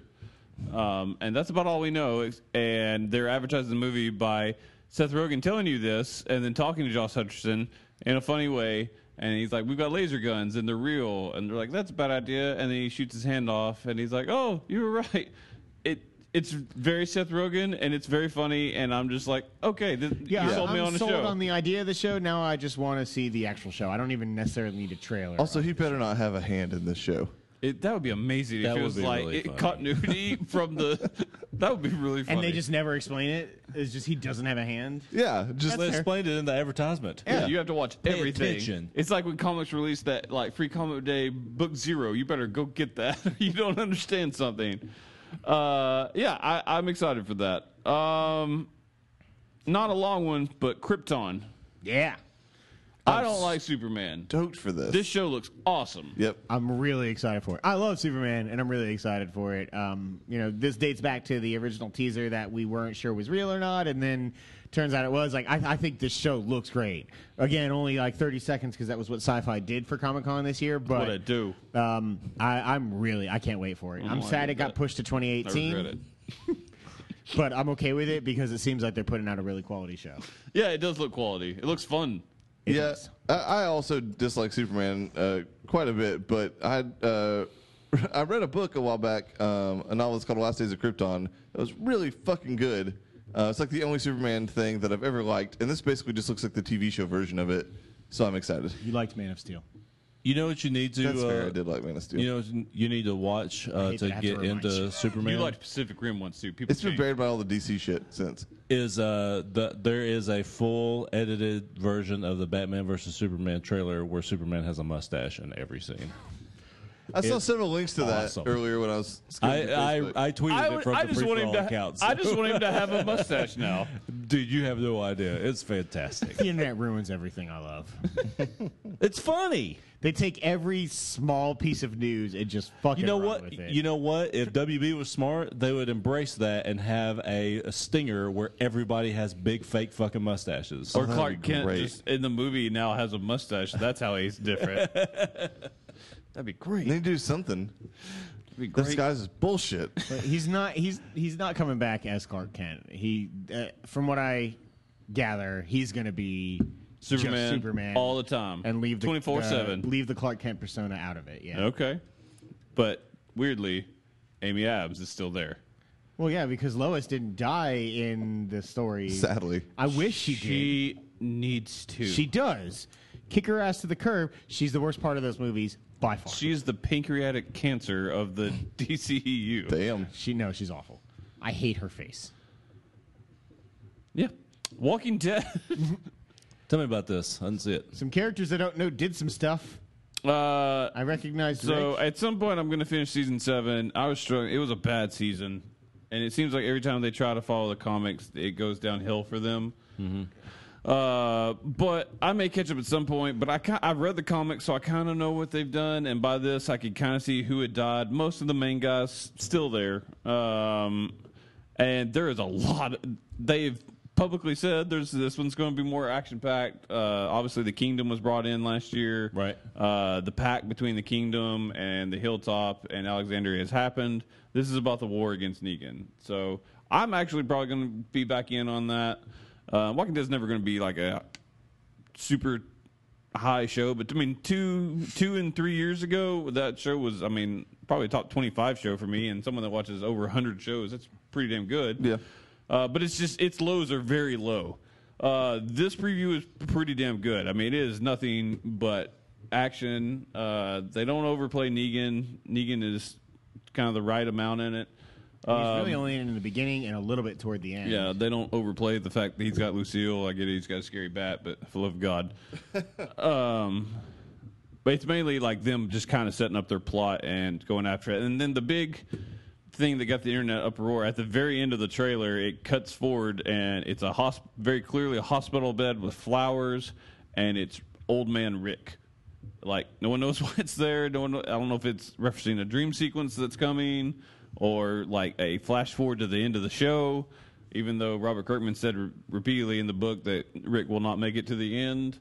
um, and that's about all we know. It's- And they're advertising the movie by Seth Rogen telling you this, and then talking to Josh Hutcherson in a funny way. And he's like, "We've got laser guns, and they're real." And they're like, "That's a bad idea." And then he shoots his hand off, and he's like, "Oh, you were <laughs> right." It it's very Seth Rogen, and it's very funny. And I'm just like, "Okay, th- yeah, you sold I'm me on the sold show." on the idea of the show. Now I just want to see the actual show. I don't even necessarily need a trailer. Also, he better not have a hand in this show. It, that would be amazing That if it would was be like really it, funny. continuity <laughs> from the. <laughs> That would be really funny. and they just never explain it. It's just he doesn't have a hand. Yeah, just They fair. explained it in the advertisement. Yeah, you have to watch Pay everything. attention. It's like when comics release that like free comic day book zero. You better go get that. <laughs> you don't understand something. Uh, yeah, I, I'm excited for that. Um, not a long one, but Krypton. Yeah, I don't like Superman. stoked for this. This show looks awesome. Yep. I'm really excited for it. I love Superman, and I'm really excited for it. Um, you know, this dates back to the original teaser that we weren't sure was real or not, and then turns out it was. Like, I, I think this show looks great. Again, only like 30 seconds because that was what Sci-Fi did for Comic Con this year. But What I do. Um, I, I'm really, I can't wait for it. I'm I sad regret it got pushed to I 2018, regret it. but I'm okay with it because it seems like they're putting out a really quality show. Yeah, it does look quality. It looks fun. Yeah, does. I, I also dislike Superman uh, quite a bit, but I uh, <laughs> I read a book a while back, um, a novel that's called Last Days of Krypton. That was really fucking good. Uh, it's like the only Superman thing that I've ever liked, and this basically just looks like the TV show version of it. So I'm excited. You liked Man of Steel. You know what you need to. That's fair. uh, I did like Man of Steel. You know what you need to watch uh, hate that I to have to get remind into you. Superman. You liked Pacific Rim once too. People it's been change. buried by all the DC shit since. is uh the there is a full edited version of the Batman versus Superman trailer where Superman has a mustache in every scene. I saw several links to that awesome. earlier when I was. I scrolling I, through Facebook. I tweeted I, it would- from I the just free want for him all to. accounts. I just want him to have a mustache <laughs> now. dude, you have no idea. <laughs> It's fantastic. The internet ruins everything I love. it's funny. They take every small piece of news and just fucking You know run what? with it. You know what? If WB was smart, they would embrace that and have a, a stinger where everybody has big fake fucking mustaches. Or that'd Clark be Kent great. just in the movie now has a mustache. That's how he's different. That'd be great. They need to do something. That'd be This great. guy's is bullshit. <laughs> But he's not he's he's not coming back as Clark Kent. He uh, from what I gather, he's going to be just Superman, Superman all the time and leave the twenty four uh, seven. leave the Clark Kent persona out of it. Yeah. Okay, but weirdly, Amy Adams is still there. Well, yeah, because Lois didn't die in the story. Sadly, I wish she did. She needs to. She does. Kick her ass to the curb. She's the worst part of those movies by far. She, she's the pancreatic cancer of the <laughs> E DCEU. damn. no, she's awful. I hate her face. yeah, Walking Dead. <laughs> Tell me about this. I didn't see it. Some characters I don't know did some stuff. uh, I recognize. So at some point, I'm going to finish season seven. I was struggling; it was a bad season, and it seems like every time they try to follow the comics, it goes downhill for them. Uh, but I may catch up at some point. But I ki- I've read the comics, so I kind of know what they've done, and by this, I could kind of see who had died. Most of the main guys still there, um, and there is a lot. they've publicly said there's this one's going to be more action packed. Uh, obviously, the Kingdom was brought in last year, Right. uh, the pact between the kingdom and the hilltop and Alexandria has happened. This is about the war against Negan. So I'm actually probably going to be back in on that. Uh, Walking Dead's never going to be like a super high show, but I mean, two two and three years ago, that show was, I mean, probably a top twenty five show for me. And someone that watches over hundred shows, that's pretty damn good. Yeah. Uh, but it's just its lows are very low. Uh, this preview is pretty damn good. I mean, it is nothing but action. Uh, they don't overplay Negan. Negan is kind of the right amount in it. he's really only in the beginning and a little bit toward the end. Yeah, they don't overplay the fact that he's got Lucille. I get it, he's got a scary bat, but for the love of God. um, but it's mainly like them just kind of setting up their plot and going after it. And then the big thing that got the internet uproar at the very end of the trailer, it cuts forward and it's a hosp- very clearly a hospital bed with flowers, and it's old man Rick. Like no one knows <laughs> why it's there. No one. I don't know if it's referencing a dream sequence that's coming, or like a flash forward to the end of the show. Even though Robert Kirkman said re- repeatedly in the book that Rick will not make it to the end,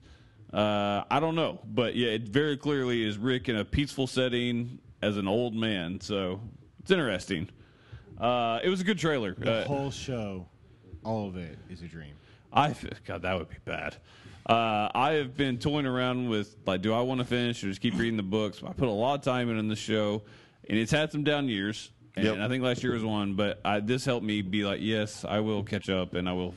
uh, I don't know. But yeah, it very clearly is Rick in a peaceful setting as an old man. So it's interesting. Uh, it was a good trailer. The Uh, whole show, all of it is a dream. I God, that would be bad. Uh, I have been toying around with like, do I want to finish or just keep reading the books? I put a lot of time in on the show, and it's had some down years. And Yep. I think last year was one, but I, this helped me be like, yes, I will catch up, and I will,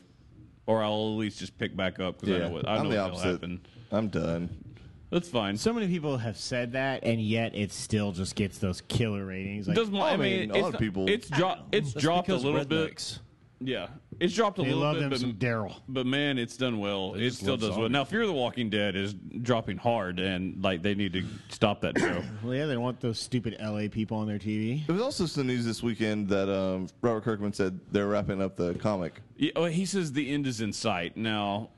or I'll at least just pick back up because <laughs> I know what I am know the what'll opposite. happen. I'm done. That's fine. So many people have said that, and yet it still just gets those killer ratings. Like, Doesn't I I mean, mean, a it's lot of not- people- It's dropped. It's That's dropped a because little bit. rednecks. Yeah, it's dropped a they little love bit. them but- some Daryl. But man, it's done well. it just still love does well. zombies. Now, Fear the Walking Dead is dropping hard, and like they need to stop that show. Well, yeah, they want those stupid LA people on their TV. There was also some news this weekend that um, Robert Kirkman said they're wrapping up the comic Yeah, oh, he says the end is in sight. Now,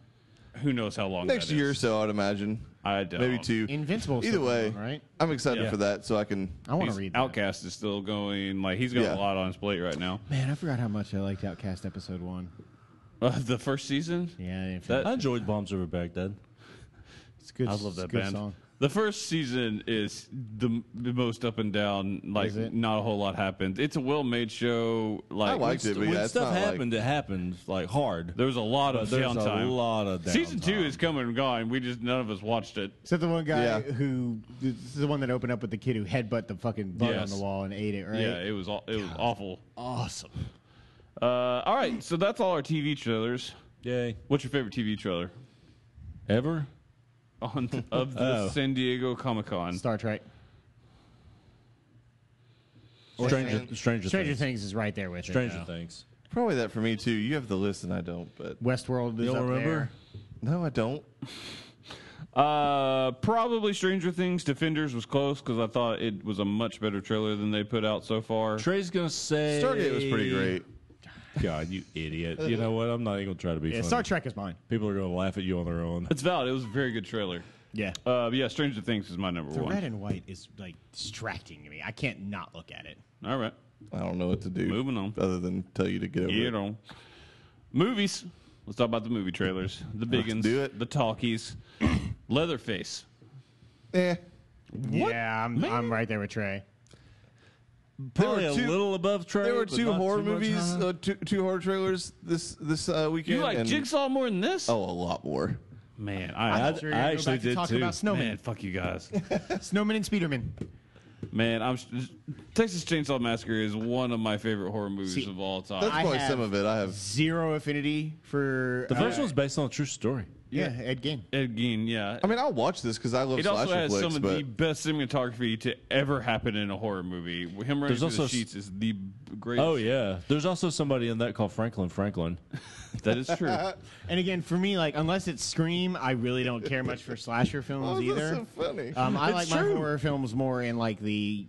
who knows how long next that year or is. so, I'd imagine. I don't. Maybe two. Invincible. Either way, right? I'm excited Yeah. for that, so I can. I want He's- to read. That. Outcast is still going. Like he's got Yeah. a lot on his plate right now. <laughs> Man, I forgot how much I liked Outcast episode one. Uh, the first season. Yeah, in fact, That- I enjoyed Bombs Over Baghdad. it's good. I love it's a that good band. Song. The first season is the, the most up and down. Like Is it? not a whole lot happens. It's a well-made show. Like liked it. but when yeah, it's stuff not like- happened, it happened like hard. there was a lot But of there's downtime. a lot of downtime. Season two is coming and gone. We just none of us watched it. Is that the one guy Yeah. who? This is the one that opened up with the kid who headbutt the fucking bug Yes. on the wall and ate it, right? Yeah, it was aw- it was awful. Awesome. Uh, all right, so that's all our TV trailers. yay What's your favorite TV trailer <laughs> ever. on of the Oh. San Diego Comic Con? Star Trek. Stranger, Stranger, Stranger Things. Things is right there with Stranger it. though. Things. Probably that for me too. You have the list and I don't, but Westworld is You don't up remember? there. no, I don't. Uh, probably Stranger Things. Defenders was close because I thought it was a much better trailer than they put out so far. Trey's gonna say Stargate was pretty great. God, you idiot! You know what? I'm not even gonna try to be Yeah, funny. Star Trek is mine. People are gonna laugh at you on their own. It's valid. It was a very good trailer. Yeah. Uh, but yeah, Stranger Things is my number The one. red and white is like distracting to me. I can't not look at it. All right, I don't know what to do. Moving on. Other than tell you to get over. get it. on. Movies. Let's talk about the movie trailers. The big ones. do it. <clears throat> The talkies. Leatherface. Eh. Yeah, I'm, I'm right there with Trey. Probably There a were two- little above Trey. There were but two not horror too much movies, high. uh, two, two horror trailers this this uh, weekend. You like and- Jigsaw more than this? Oh, a lot more. man, I, I- I actually did talk too. about Snowman, man, fuck <laughs> you guys. Snowman and Speederman. Man, I'm Texas Chainsaw Massacre is one of my favorite horror movies See, of all time. That's I probably have- some of it. I have. Zero affinity for The first uh, one's based on a true story. Yeah, Ed Gein. Ed Gein, yeah. I mean, I'll watch this because I love it slasher also has flicks. some of but the best cinematography to ever happen in a horror movie. Him running There's through also the s- sheets is the greatest. Oh yeah. There's also somebody in that called Franklin Franklin. that is true. And again, for me, like unless it's Scream, I really don't care much for <laughs> slasher Oh, films that's either. so funny. Um, I It's like true. my horror films more in like the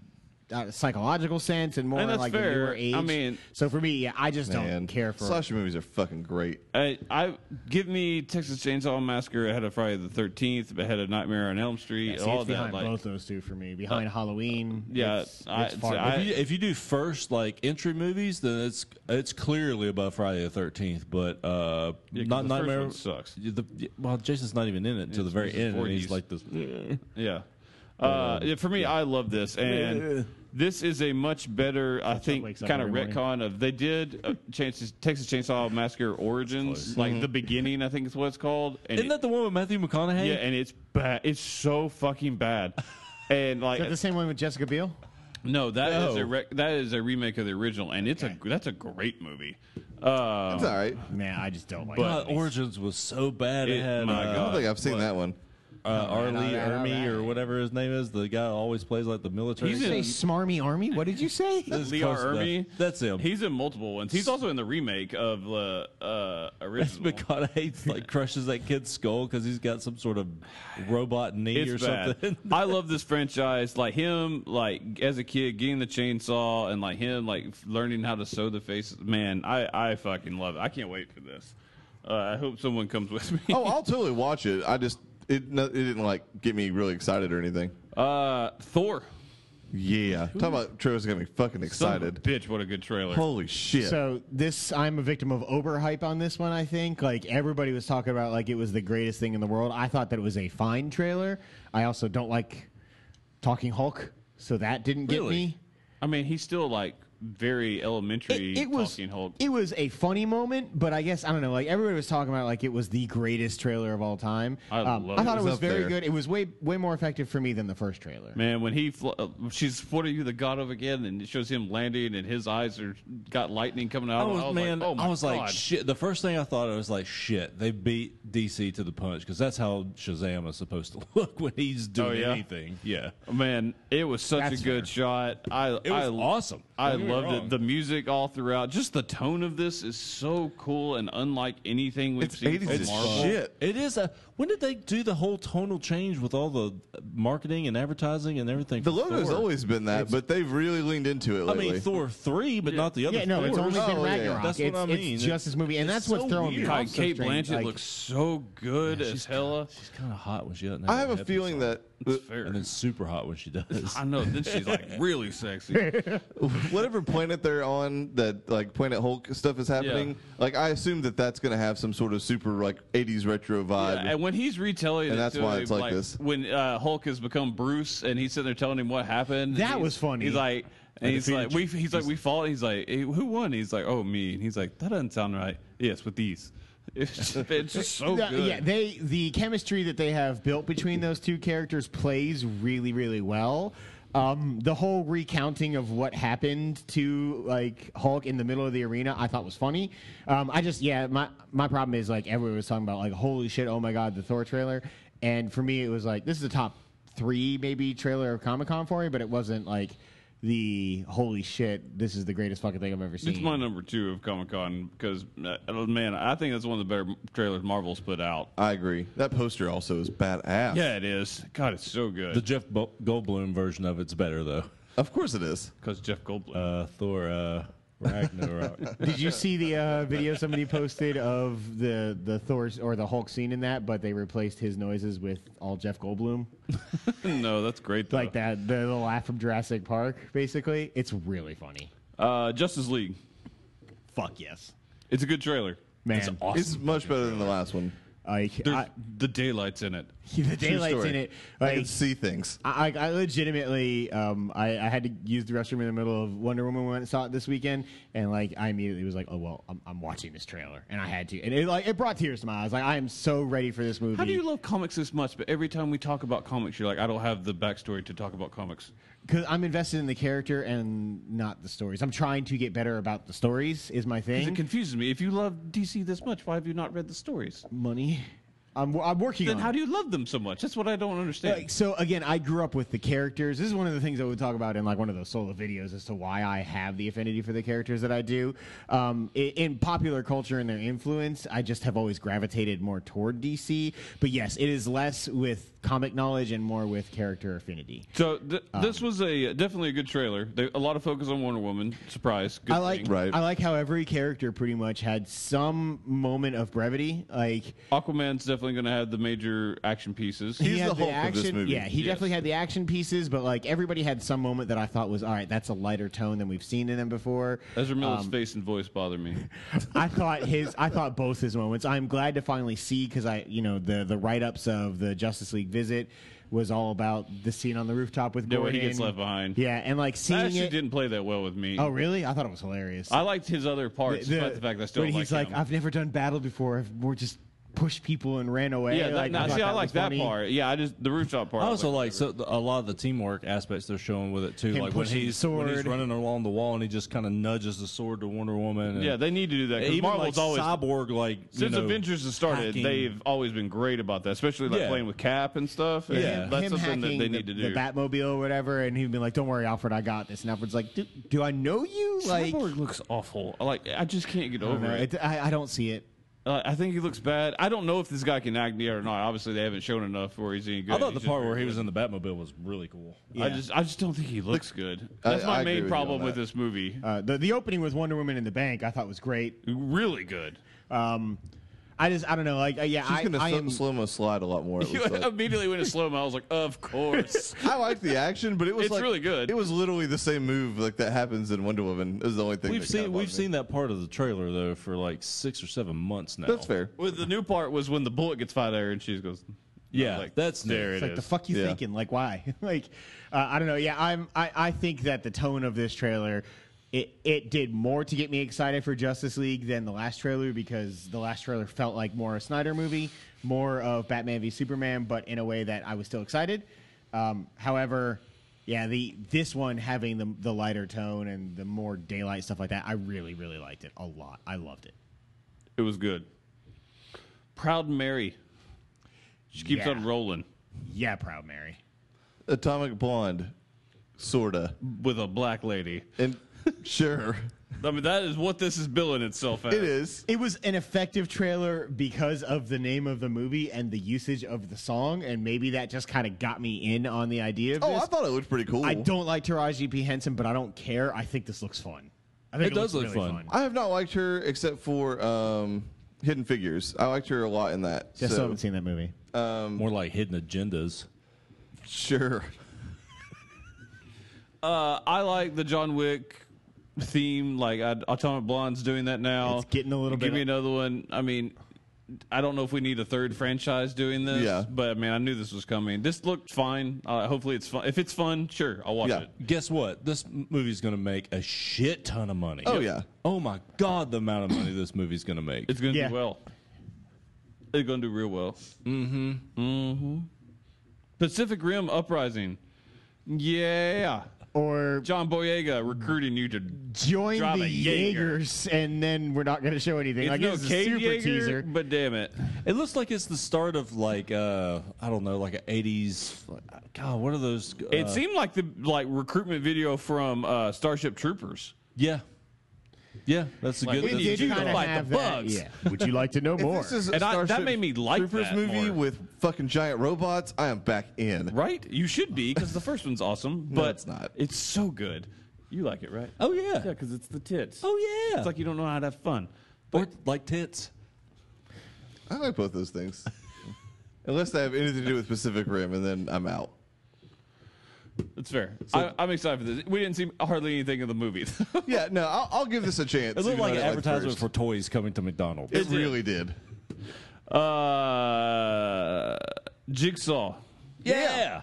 uh, psychological sense and more And in that's like fair. the newer age. I mean- so for me, yeah, I just Man, don't care for. slasher movies are fucking great. I, I give me Texas Chainsaw Massacre ahead of Friday the Thirteenth, ahead of Nightmare on Elm Street, See, it's all behind that. Like, uh, both those two for me. Behind Halloween, yeah, it's, I- it's far see, I- If you, if you do first like entry movies, then it's it's clearly above Friday the Thirteenth, but uh, Yeah, 'cause not the first Nightmare one sucks. Yeah, the- yeah, well, Jason's not even in it until the very it's end, and 40s. he's like this. Yeah. Uh, um, yeah, for me, I love <laughs> this, and this is a much better, I think, wakes up kind of every retcon of they did uh, chances, Texas Chainsaw Massacre Origins, Mm-hmm. like the beginning, I think is what it's called. And Isn't it- that the one with Matthew McConaughey? yeah, and it's bad. It's so fucking <laughs> bad. And like, Is that the same one with Jessica Biel? no, that is No. a rec- that is a remake of the original, and it's a that's a great movie. Uh, It's all right. Man, I just don't like. God, it. Origins was so bad. It, It- had my uh, I don't think I've seen that one. uh, Arlie Ermy or whatever his name is, the guy who always plays like the military. Did you guy. say smarmy army? What did <laughs> you say? This is Lee close Ermey. enough. That's him. He's in multiple ones. He's also in the remake of the uh, That's original. McConaughey like crushes that kid's skull because he's got some sort of robot knee or It's bad. something. <laughs> <laughs> I love this franchise. Like him, like as a kid getting the chainsaw, and like him, like f- learning how to sew the faces. Man, I I fucking love it. I can't wait for this. Uh, I hope someone comes with me. oh, I'll totally watch it. I just it no, it didn't like get me really excited or anything. Oh. Uh, Thor. Yeah, talk about Trevor's gonna be fucking Son of a excited. bitch, what a good trailer. Holy shit! So this, I'm a victim of overhype on this one. I think like everybody was talking about like it was the greatest thing in the world. I thought that it was a fine trailer. I also don't like Talking Hulk, so that didn't get Really? me. I mean, he's still like very elementary. It, it was Talking Hulk. it was a funny moment, but I guess I don't know. Like everybody was talking about, like it was the greatest trailer of all time. Um, I love I thought it. it It was, was up very there. good. It was way way more effective for me than the first trailer. Man, when he fl- uh, she's what are you the god of again? And it shows him landing, and his eyes are got lightning coming I out. of was, him. I was man. like, oh my I was god. like, shit. The first thing I thought, I was like, shit. They beat DC to the punch because that's how Shazam is supposed to <laughs> look when he's doing Oh, yeah? anything. Yeah, Man, it was such That's a good shot. I it was I, awesome. I Don't get me loved wrong. it. The music all throughout. Just the tone of this is so cool and unlike anything we've It's seen 80s from as Marvel. shit. It is a. When did they do the whole tonal change with all the marketing and advertising and everything? The for logo's Thor? always been that, but they've really leaned into it I lately. mean, Thor three, but not the other. Yeah, no, it's Thors. only been Oh, yeah. Ragnarok. That's what it's, I mean. It's just this movie, and It's that's what's so throwing me weird. God, off. so Kate strange, Blanchett like- looks so good as hella. She's kind of hot when she doesn't. I her have a head feeling inside. that It's fair. and then super hot when she does. I know. Then she's <laughs> like really sexy. whatever planet they're on that like planet hulk stuff is happening Yeah. like i assume that that's going to have some sort of super like 80s retro vibe Yeah, and when he's retelling, And it that's to why him, it's like this. When uh, Hulk has become Bruce, and he's sitting there telling him what happened. That and was funny. He's like, and I he's defeated like, we, you. he's like, we fought. He's like, "Hey, who won? He's like, oh, me. And he's like, that doesn't sound right. Yes, with these. <laughs> It's just, it's just so Yeah, good. Yeah, they the chemistry that they have built between those two characters plays really, really well. Um, the whole recounting of what happened to like Hulk in the middle of the arena, I thought was funny. Um, I just yeah, my my problem is like everyone was talking about like holy shit, oh my god, the Thor trailer, and for me it was like this is the top three maybe trailer of Comic Con for me, but it wasn't like the holy shit, this is the greatest fucking thing I've ever seen. It's my number two of Comic Con because, uh, oh, man, I think that's one of the better trailers Marvel's put out. i agree that poster also is badass Yeah, it is. God, it's so good. the Jeff Bo- Goldblum version of it's better though. of course it is Because Jeff Goldblum. Uh, Thor uh, Ragnarok. Did you see the uh, video somebody posted of the the Thor or the Hulk scene in that? But they replaced his noises with all Jeff Goldblum, <laughs> no, that's great. Though. like that the, the laugh from Jurassic Park. Basically, it's really funny. Uh, Justice League. Fuck yes, It's a good trailer. man. it's much better than the last one Like There's I, the daylight's in it. <laughs> the daylight's story. in it. i Like can see things I, I I legitimately, um, I, I had to use the restroom in the middle of Wonder Woman when I saw it this weekend, and like I immediately was like, oh well, I'm, I'm watching this trailer, and I had to, and it like it brought tears to my eyes. Like I am so ready for this movie. How do you love comics this much, but every time we talk about comics, you're like, I don't have the backstory to talk about comics. because I'm invested in the character and not the stories. I'm trying to get better about the stories. Is my It thing confuses me. If you love DC this much, why have you not read the stories? money? I'm I'm working Then on. how it. do you love them so much? That's what I don't understand. Like, so again, I grew up with the characters. This is one of the things that we talk about in like one of those solo videos as to why I have the affinity for the characters that I do. Um, i- in, popular culture and their influence, I just have always gravitated more toward DC. But yes, it is less with comic knowledge and more with character affinity. so th- um, this was a definitely a good trailer. They, a lot of focus on Wonder Woman. Surprise. Good I like thing. Right. I like how every character pretty much had some moment of brevity. Like Aquaman's definitely going to have the major action pieces. He's the Hulk of action, this movie. Yeah, he Yes. definitely had the action pieces, but like everybody had some moment that I thought was all right. That's a lighter tone than we've seen in him before. Ezra Miller's um, face and voice bother <laughs> me. I thought his, I thought both his moments. I'm glad to finally see because I, you know, the the write ups of the Justice League visit was all about the scene on the rooftop with Yeah, where Gordon. he gets left behind. Yeah, and like That seeing actually it. didn't play that well with me. Oh, really? I thought it was hilarious. I liked his other parts, The- despite the fact that I still when don't he's like like, him. I've never done battle before. I've- We're just pushed people and ran away. Yeah, that, like, now, thought see, I like was that funny. part. Yeah, I just the rooftop part. <laughs> I also like- like so the, a lot of the teamwork aspects they're showing with it too. Him like when pushing the he's when he's sword. running along the wall and he just kind of nudges the sword to Wonder Woman. And yeah, they need to do that because even Marvel's like always cyborg like you since know, Avengers has started, hacking- they've always been great about that, especially like Yeah. playing with Cap and stuff. and Yeah. that's him something that hacking they need to the, do. the Batmobile or whatever, and he'd be like, "Don't worry, Alfred, I got this." And Alfred's like, "Do, do I know you?" Like, Cyborg looks awful. Like I just can't get I don't over know. it. It- I, I don't see it. Uh, I think he looks bad. I don't know if this guy can act near or not. Obviously, they haven't shown enough where he's any good. I thought the He's just part very where he good. was in the Batmobile was really cool. I Yeah. just, I just don't think he looks good. I- That's my I agree main with you problem on with that. this movie. Uh, the the opening with Wonder Woman in the bank, I thought was great. Really good. Um, I just I don't know, like uh, yeah, She's I, gonna I sl- am, slow mo slide a lot more. It <laughs> You looks like. immediately went to slow mo. I was like, <laughs> of course. I liked the action, but it was It's like- really good. It was literally the same move like that happens in Wonder Woman. It was the only thing We've that kinda seen bothered we've me. seen that part of the trailer though for like six or seven months now. That's fair. well, the new part was when the bullet gets fired at her and she goes, Yeah, like, that's new. there It's it like the is. fuck you Yeah. thinking? Like why? <laughs> like uh, I don't know. Yeah, I'm. I, I think that the tone of this trailer. It, it did more to get me excited for Justice League than the last trailer because the last trailer felt like more a Snyder movie, more of Batman v Superman, but in a way that I was still excited. Um, however, yeah, the this one having the the lighter tone and the more daylight stuff like that, I really really liked it a lot. I loved it. It was good. Proud Mary. She keeps Yeah. on rolling Yeah, Proud Mary. Atomic Blonde, sorta, with a black lady. and sure, I mean, that is what this is billing itself as. it is. It was an effective trailer because of the name of the movie and the usage of the song, and maybe that just kind of got me in on the idea of Oh, this. I thought it looked pretty cool. I don't like Taraji P Henson, but I don't care. I think this looks fun. I think It does look really fun. I have not liked her except for um, Hidden Figures. I liked her a lot in that. Just so, I so haven't seen that movie. More like hidden agendas. sure. Uh, I like the John Wick theme. Like I, Atomic Blonde's doing that now. It's getting a little Give bit- me another one. I mean, I don't know if we need a third franchise doing this. Yeah. But I mean, I knew this was coming. This looked fine. Uh, hopefully, it's fun. If it's fun, sure, I'll watch Yeah. it. Guess what? This m- movie's going to make a shit ton of money. Oh, yeah. Oh my god, the amount of money this movie's going to make. It's gonna Yeah. do well. It's gonna do real well. Mm-hmm. Mm-hmm. Pacific Rim Uprising. Yeah. Uh, Or John Boyega recruiting you to. join Drive the a Jaeger. Jaegers, and then we're not going to show anything. It's like no it's a Cade super Yeager, teaser. but damn it. It looks like it's the start of like uh I don't know, like an eighties. God, what are those? Uh, It seemed like the like recruitment video from uh, Starship Troopers. yeah, yeah. That's a Like, good. we that's a need good you to call. kinda fight the bugs. Yeah. Would you like to <laughs> know If more? this is a And I- that Starship made me like Troopers that movie more. with fucking giant robots. I am back in. Right? You should be because the first one's awesome, but it's not. It's so good. You like it, right? Oh yeah. yeah, because it's the tits. Oh yeah. It's like you don't know how to have fun. or, like tits. I like both those things. <laughs> Unless they have anything to do with Pacific Rim, and then I'm out. It's fair. I, I'm excited for this. We didn't see hardly anything of the movie. Yeah, no, I'll, I'll give this a chance. It looked even like though an I didn't like the advertisement first. for toys coming to McDonald's. It really did. uh, Jigsaw. yeah.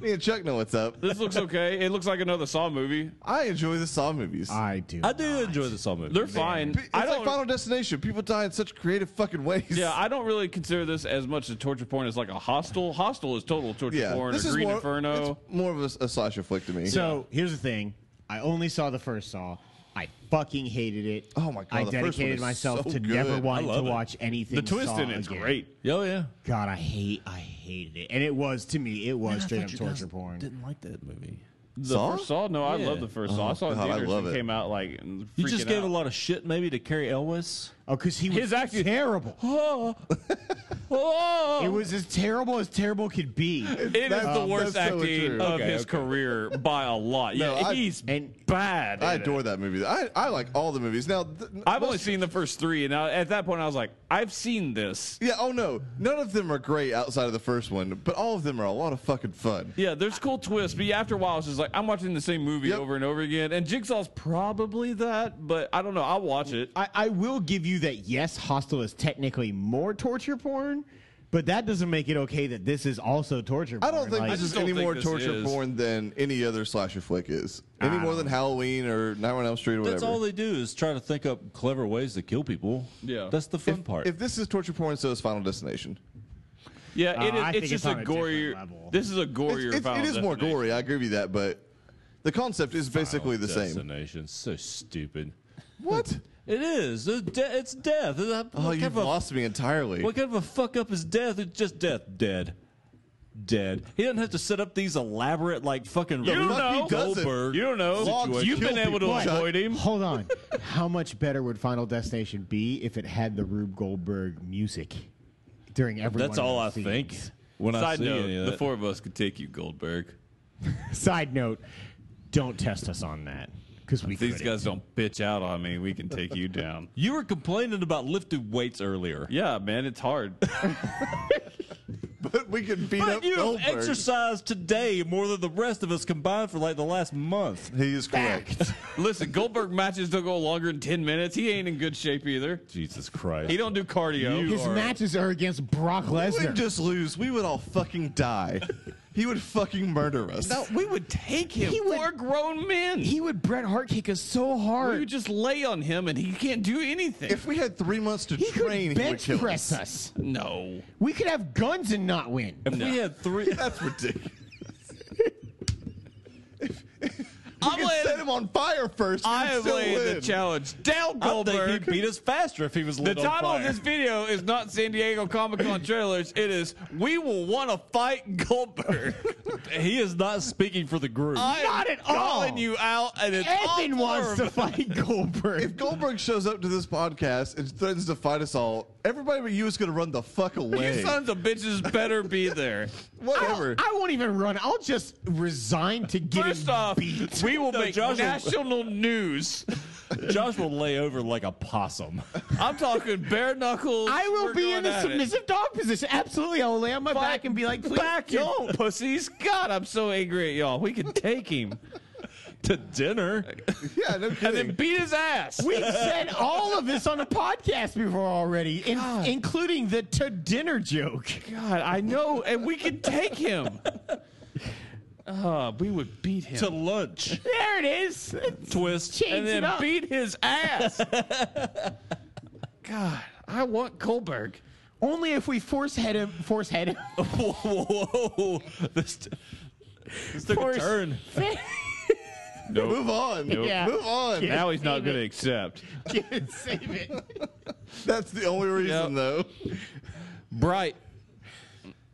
Me and Chuck know what's up. This looks okay. it looks like another Saw movie. I enjoy the Saw movies. I do. I do not. enjoy the Saw movie. They're fine. P- it's I like don't. Final Destination. People die in such creative fucking ways. yeah, <laughs> I don't really consider this as much a torture porn as like a hostile. Hostile is total torture yeah. porn. This or is Green more, Inferno. It's more of a, a slasher flick to me. So here's the thing: I only saw the first Saw. I fucking hated it. Oh my God, the I first one dedicated is myself so to good. I never wanting to love it. watch anything. the twist Saw in it's again. great. Oh yeah. God, I hate, I hated it, and it was to me, it was straight up torture porn. Didn't like that movie. The Saw? Oh, first Saw? No, I Yeah. love the first Saw. I saw it in God, I theaters love and it. came out like and You just freaking gave out. a lot of shit maybe to Carrie Elwes. Oh, because he was His acting- terrible. Oh, oh. It was as terrible as terrible could be. It is That's- the worst that's so acting true. of Okay, his okay. career by a lot. No, Yeah, I- he's and- bad. I in it. adore that movie. I, I like all the movies. Now, th- I've most- only seen the first three, and I, at that point, I was like, I've seen this. Yeah, oh no. None of them are great outside of the first one, but all of them are a lot of fucking fun. Yeah, there's cool twists, but yeah, after a while, it's just like I'm watching the same movie Yep. over and over again. And Jigsaw's probably that, but I don't know. I'll watch it. I, I will give you that. Yes, Hostel is technically more torture porn, But that doesn't make it okay that this is also torture. I don't porn, think like- this is just don't any think more this torture is. porn than any other slasher flick is. Any more than Halloween or Nightmare on Elm Street or whatever. That's all they do is try to think up clever ways to kill people. Yeah. that's the fun if, part. if this is torture porn, so is Final Destination. Yeah, Uh, it is, I it's think it's just on a a different gorier. level. This is a gorier. It's, it's, Final it is more Destination. gory. I agree with that, but the concept is basically the same. Destination, so stupid. What? It is. It's de- it's death. What Oh, kind you've of a- lost me entirely. What kind of a fuck up is death? It's just death. Dead. Dead. He doesn't have to set up these elaborate, like, fucking You don't fuck he know. doesn't. You don't know. Situation. You've been able to What? avoid him. Hold on. <laughs> How much better would Final Destination be if it had the Rube Goldberg music during every? That's one of all I the scenes? think when I Side see any of note: that. the four of us could take you, Goldberg. Side note: Don't test us on that because we. These couldn't. guys don't bitch out on me. We can take <laughs> you down. you were complaining about lifted weights earlier. Yeah, man, it's <laughs> hard. <laughs> But we could beat up But you have Goldberg. exercised today more than the rest of us combined for like the last month. he is correct. Listen, Goldberg matches don't go longer than ten minutes. He ain't in good shape either. Jesus Christ. He don't do cardio. His matches are against Brock we Lesnar. would just lose. We would all fucking die. <laughs> he would fucking murder us. No, we would take him. He would- We're grown men. he would Bret Hart kick us so we hard. would just lay on him, and he can't do anything. If we had three months to he train, could he would bench kill press us. us. no, We could have guns and not win. If we had <laughs> three. That's <laughs> ridiculous. I'm You laying- set him on fire first. we I could am still laying the win. challenge down, I think Goldberg. he'd beat us faster if he was The lit on title of fire. this video is not San Diego Comic Con trailers. It is We Will Want to Fight <laughs> Goldberg. He is not speaking for the group. I am Not at all. calling you out, and it's Ethan all wants four to of fight If Goldberg. Goldberg shows up to this podcast and threatens to fight us all, everybody but you is going to run the fuck away. You sons of bitches better be there. Whatever. I won't even run. I'll just resign to <laughs> getting First off, beat. we will No, make Josh- national news. Josh will lay over like a possum. <laughs> I'm talking bare knuckles. I will We're be going in the at it. submissive dog position. Absolutely, I will lay on my back and be like, "Please back you don't." pussies. God, I'm so angry at y'all. We can take <laughs> him to dinner. <laughs> yeah, <laughs> no and then kidding. beat his ass. <laughs> We've said all of this on a podcast before already, in, including the to dinner joke. God, I know, and we can take him. Uh, we would beat him. to lunch. There it is. It's Twist. changed and it then up. beat his ass. God, I want Goldberg. Only if we force head him. Force head him. <laughs> <laughs> whoa, whoa, whoa. This, t- this took Force- a turn. Move on. Yeah. Move on. Yeah. Now he's not going to accept. Save it. That's the only reason, Yep. though. Bright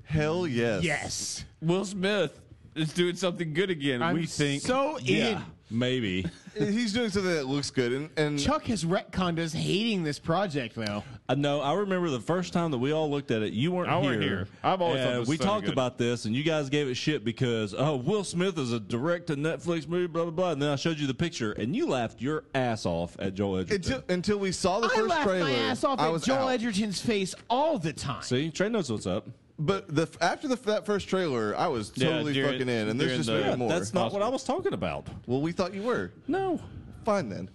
Hell yes. Yes. Will Smith is doing something good again. I'm we think so in. Maybe. He's doing something that looks good. And, and Chuck has retconned us hating this project, though. I know. I remember the first time that we all looked at it. You weren't I here. weren't here. I've always thought And this we sounded talked good. about this, and you guys gave it shit because oh, Will Smith is a direct to Netflix movie, blah blah blah. And then I showed you the picture, and you laughed your ass off at Joel Edgerton. until, until we saw the I first laughed trailer, my ass off I at was Joel out. Edgerton's face all the time. See, Trey knows what's up. But the, after the, that first trailer, I was Yeah, totally during- fucking in. And there's during just the- maybe Yeah, more. That's not what I was talking about. well, we thought you were. No. Fine then.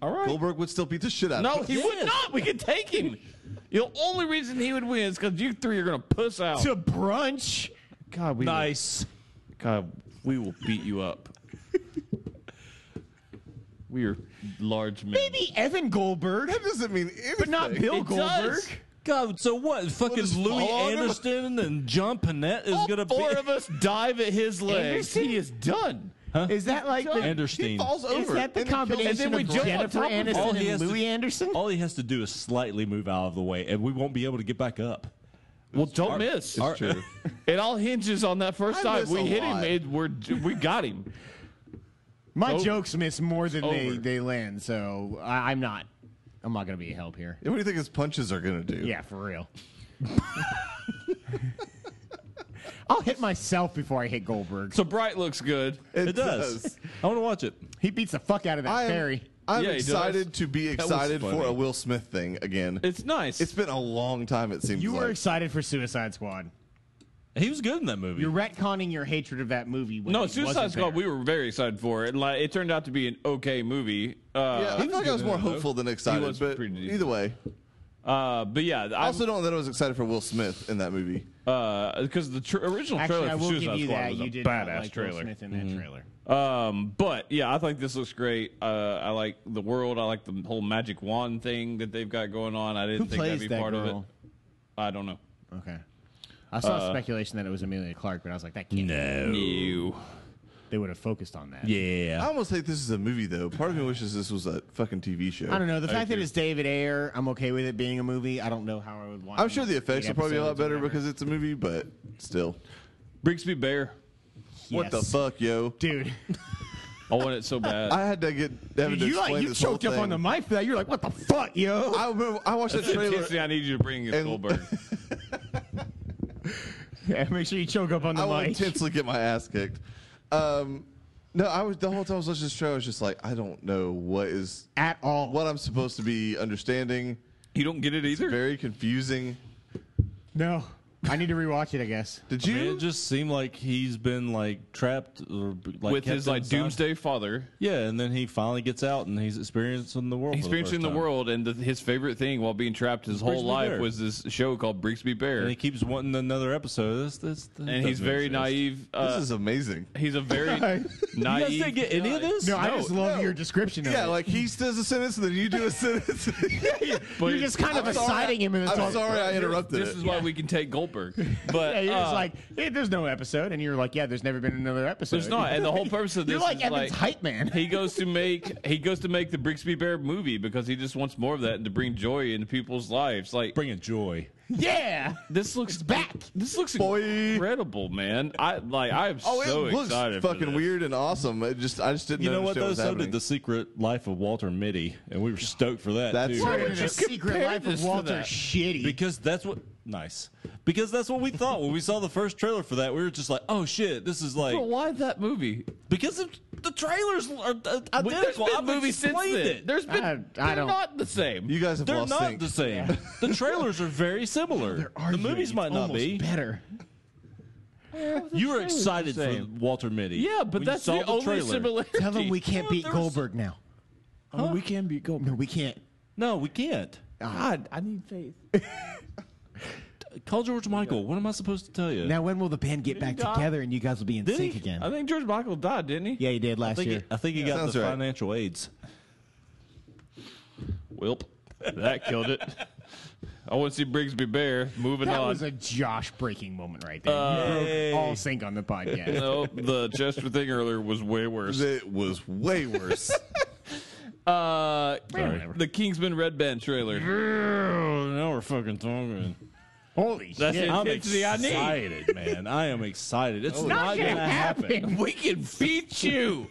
All right. Goldberg would still beat the shit out <laughs> no, of he would not. We could take him. The only reason he would win is because you three are going to puss out. To brunch. God, we Nice. Will, God, we will beat you up. we are large men. Maybe Evan Goldberg, That doesn't mean anything. but not Bill It Goldberg. does. God, so what? Fucking just Louis fall on him? Anderson and John Panette is All gonna be four of us dive at his legs. Anderson? He is done. Is that like the, He Anderstein. falls over. is that the and then kills combination And then we of jump on Jennifer top of him. Aniston All he and has to- Louis Anderson? All he has to do is slightly move out of the way, and we won't be able to get back up. Well, don't miss. It's true. It all hinges on that first I dive. miss We a hit him. lot. It, we're, we got him. My Over. jokes miss more than they, Over. they land, so I, I'm not. I'm not gonna be a help here. What do you think his punches are going to do? Yeah, for real. <laughs> I'll hit myself before I hit Goldberg. So Bright looks good. It, It does. <laughs> I want to watch it. He beats the fuck out of that I am, fairy. I'm Yeah, he does. excited to be was excited for funny. a Will Smith thing again. It's nice. it's been a long time, it seems You like. were excited for Suicide Squad. He was good in that movie. You're retconning your hatred of that movie. When no, it Suicide wasn't Squad. there. We were very excited for it. Like, it turned out to be an okay movie. Uh, yeah, I feel like I was more hopeful than excited, was but pretty decent. either way. Uh, but yeah, I I also don't know that I was excited for Will Smith in that movie. because uh, the tr- original trailer Actually, I for will Suicide give you Squad that. was You a did not badass like trailer. Mm-hmm. Will Smith in that trailer. Um, but yeah, I think this looks great. Uh, I like the world. I like the whole magic wand thing that they've got going on. I didn't Who think that'd plays be that part of it. girl? I don't know. Okay. I saw Uh, speculation that it was Amelia Clark, but I was like, that can't. be. You. They would have focused on I that. Oh, Yeah. almost hate this is a movie though. Part of me wishes this was a fucking TV show. I don't know. The fact that it's David Ayer, I'm okay with it being a movie. I don't know how I would want. I'm sure the effects eight will probably be a lot episodes or better whatever. because it's a movie, but still. Brigsby Bear. What the Yes. fuck, yo? <laughs> dude? <laughs> I want it so bad. I had to get Devin Dude, to you explain like you this whole choked up thing. on the mic for that. You're like, what the fuck, yo? I remember I watched that trailer. Tiffany, I need you to bring in And- Goldberg. <laughs> Yeah, make sure you choke up on I the will mic. intensely get my ass kicked. Um, no, I was the whole time I was watching this trailer. I was just like, I don't know what is At all. what I'm supposed to be understanding. <laughs> You don't get it either. Very confusing. No, I need to rewatch it. I guess. Did I mean, you? it just seemed like he's been like trapped or, like, with kept his like inside. doomsday father. Yeah, and then he finally gets out and he's experiencing the world. He's for the first experiencing the time. world, and the, his favorite thing while being trapped his whole Brigsby life Bear. was this show called Brigsby Bear. and he And, keeps wanting another episode. This, this, this he's doesn't very exist. naive. Uh, this is amazing. he's a <laughs> very You guys naive. didn't get any of this? No, I just love no. your description of Yeah, it. like he does a sentence and then you do a <laughs> sentence. but you're just kind of I'm sorry. assigning him in the I'm sorry I interrupted. this it. is why we can take <laughs> Goldberg. But Yeah, you're uh, just like, "Hey, there's no episode, and you're like, yeah, there's never been another episode. There's not, and the <laughs> whole purpose of this you're like is like Evan's hype man. he goes to make he goes to make the Brixby Bear movie because he just wants more of that and to bring joy into people's lives. Like Bringing joy. <laughs> yeah, this looks back. This looks Boy. incredible, man. I like I am Oh, it so looks excited. for fucking this. weird and awesome. It just I just didn't. You know what, understand though? was So happening. did The Secret Life of Walter Mitty, and we were stoked for that, That's too. Why Turn would into the you secret compare life this of to Walter that? Shitty. Because that's what nice. Because that's what we thought when we saw the first trailer for that. We were just like, "Oh shit, this is like." But why that movie? Because of the trailers are uh, There's identical. been I've movies since explained then. it. There's been I- I they're don't- not the same. You guys have They're lost not sync. the same. <laughs> The trailers are very similar. the movies might not be. better. Oh, You were excited for same. Walter Mitty. yeah, but when you that's saw the, only trailer. similarity. Tell him we can't No, beat there was- Goldberg now. Oh, we can beat Goldberg. No, we can't. No, we can't. Oh, God, I need faith. Call George Michael. What am I supposed to tell you? Now, when will the band get back die? together and you guys will be in Did sync he? again? I think George Michael died, didn't he? yeah, you did I last think year. he, I think he got Sounds the right. financial aids. Welp, that killed it. I want to see Brigsby Bear moving that on. <laughs> was a Josh breaking moment right there. you Hey. broke all sync on the podcast. no, the Chester thing earlier was way worse. It was way worse. Uh, Sorry. the Kingsman Red Band trailer. Oh, Now we're fucking talking. Holy That's shit! it. I'm Intensity I need. excited, man. I am excited. Oh, It's not gonna going to happen. we can beat you.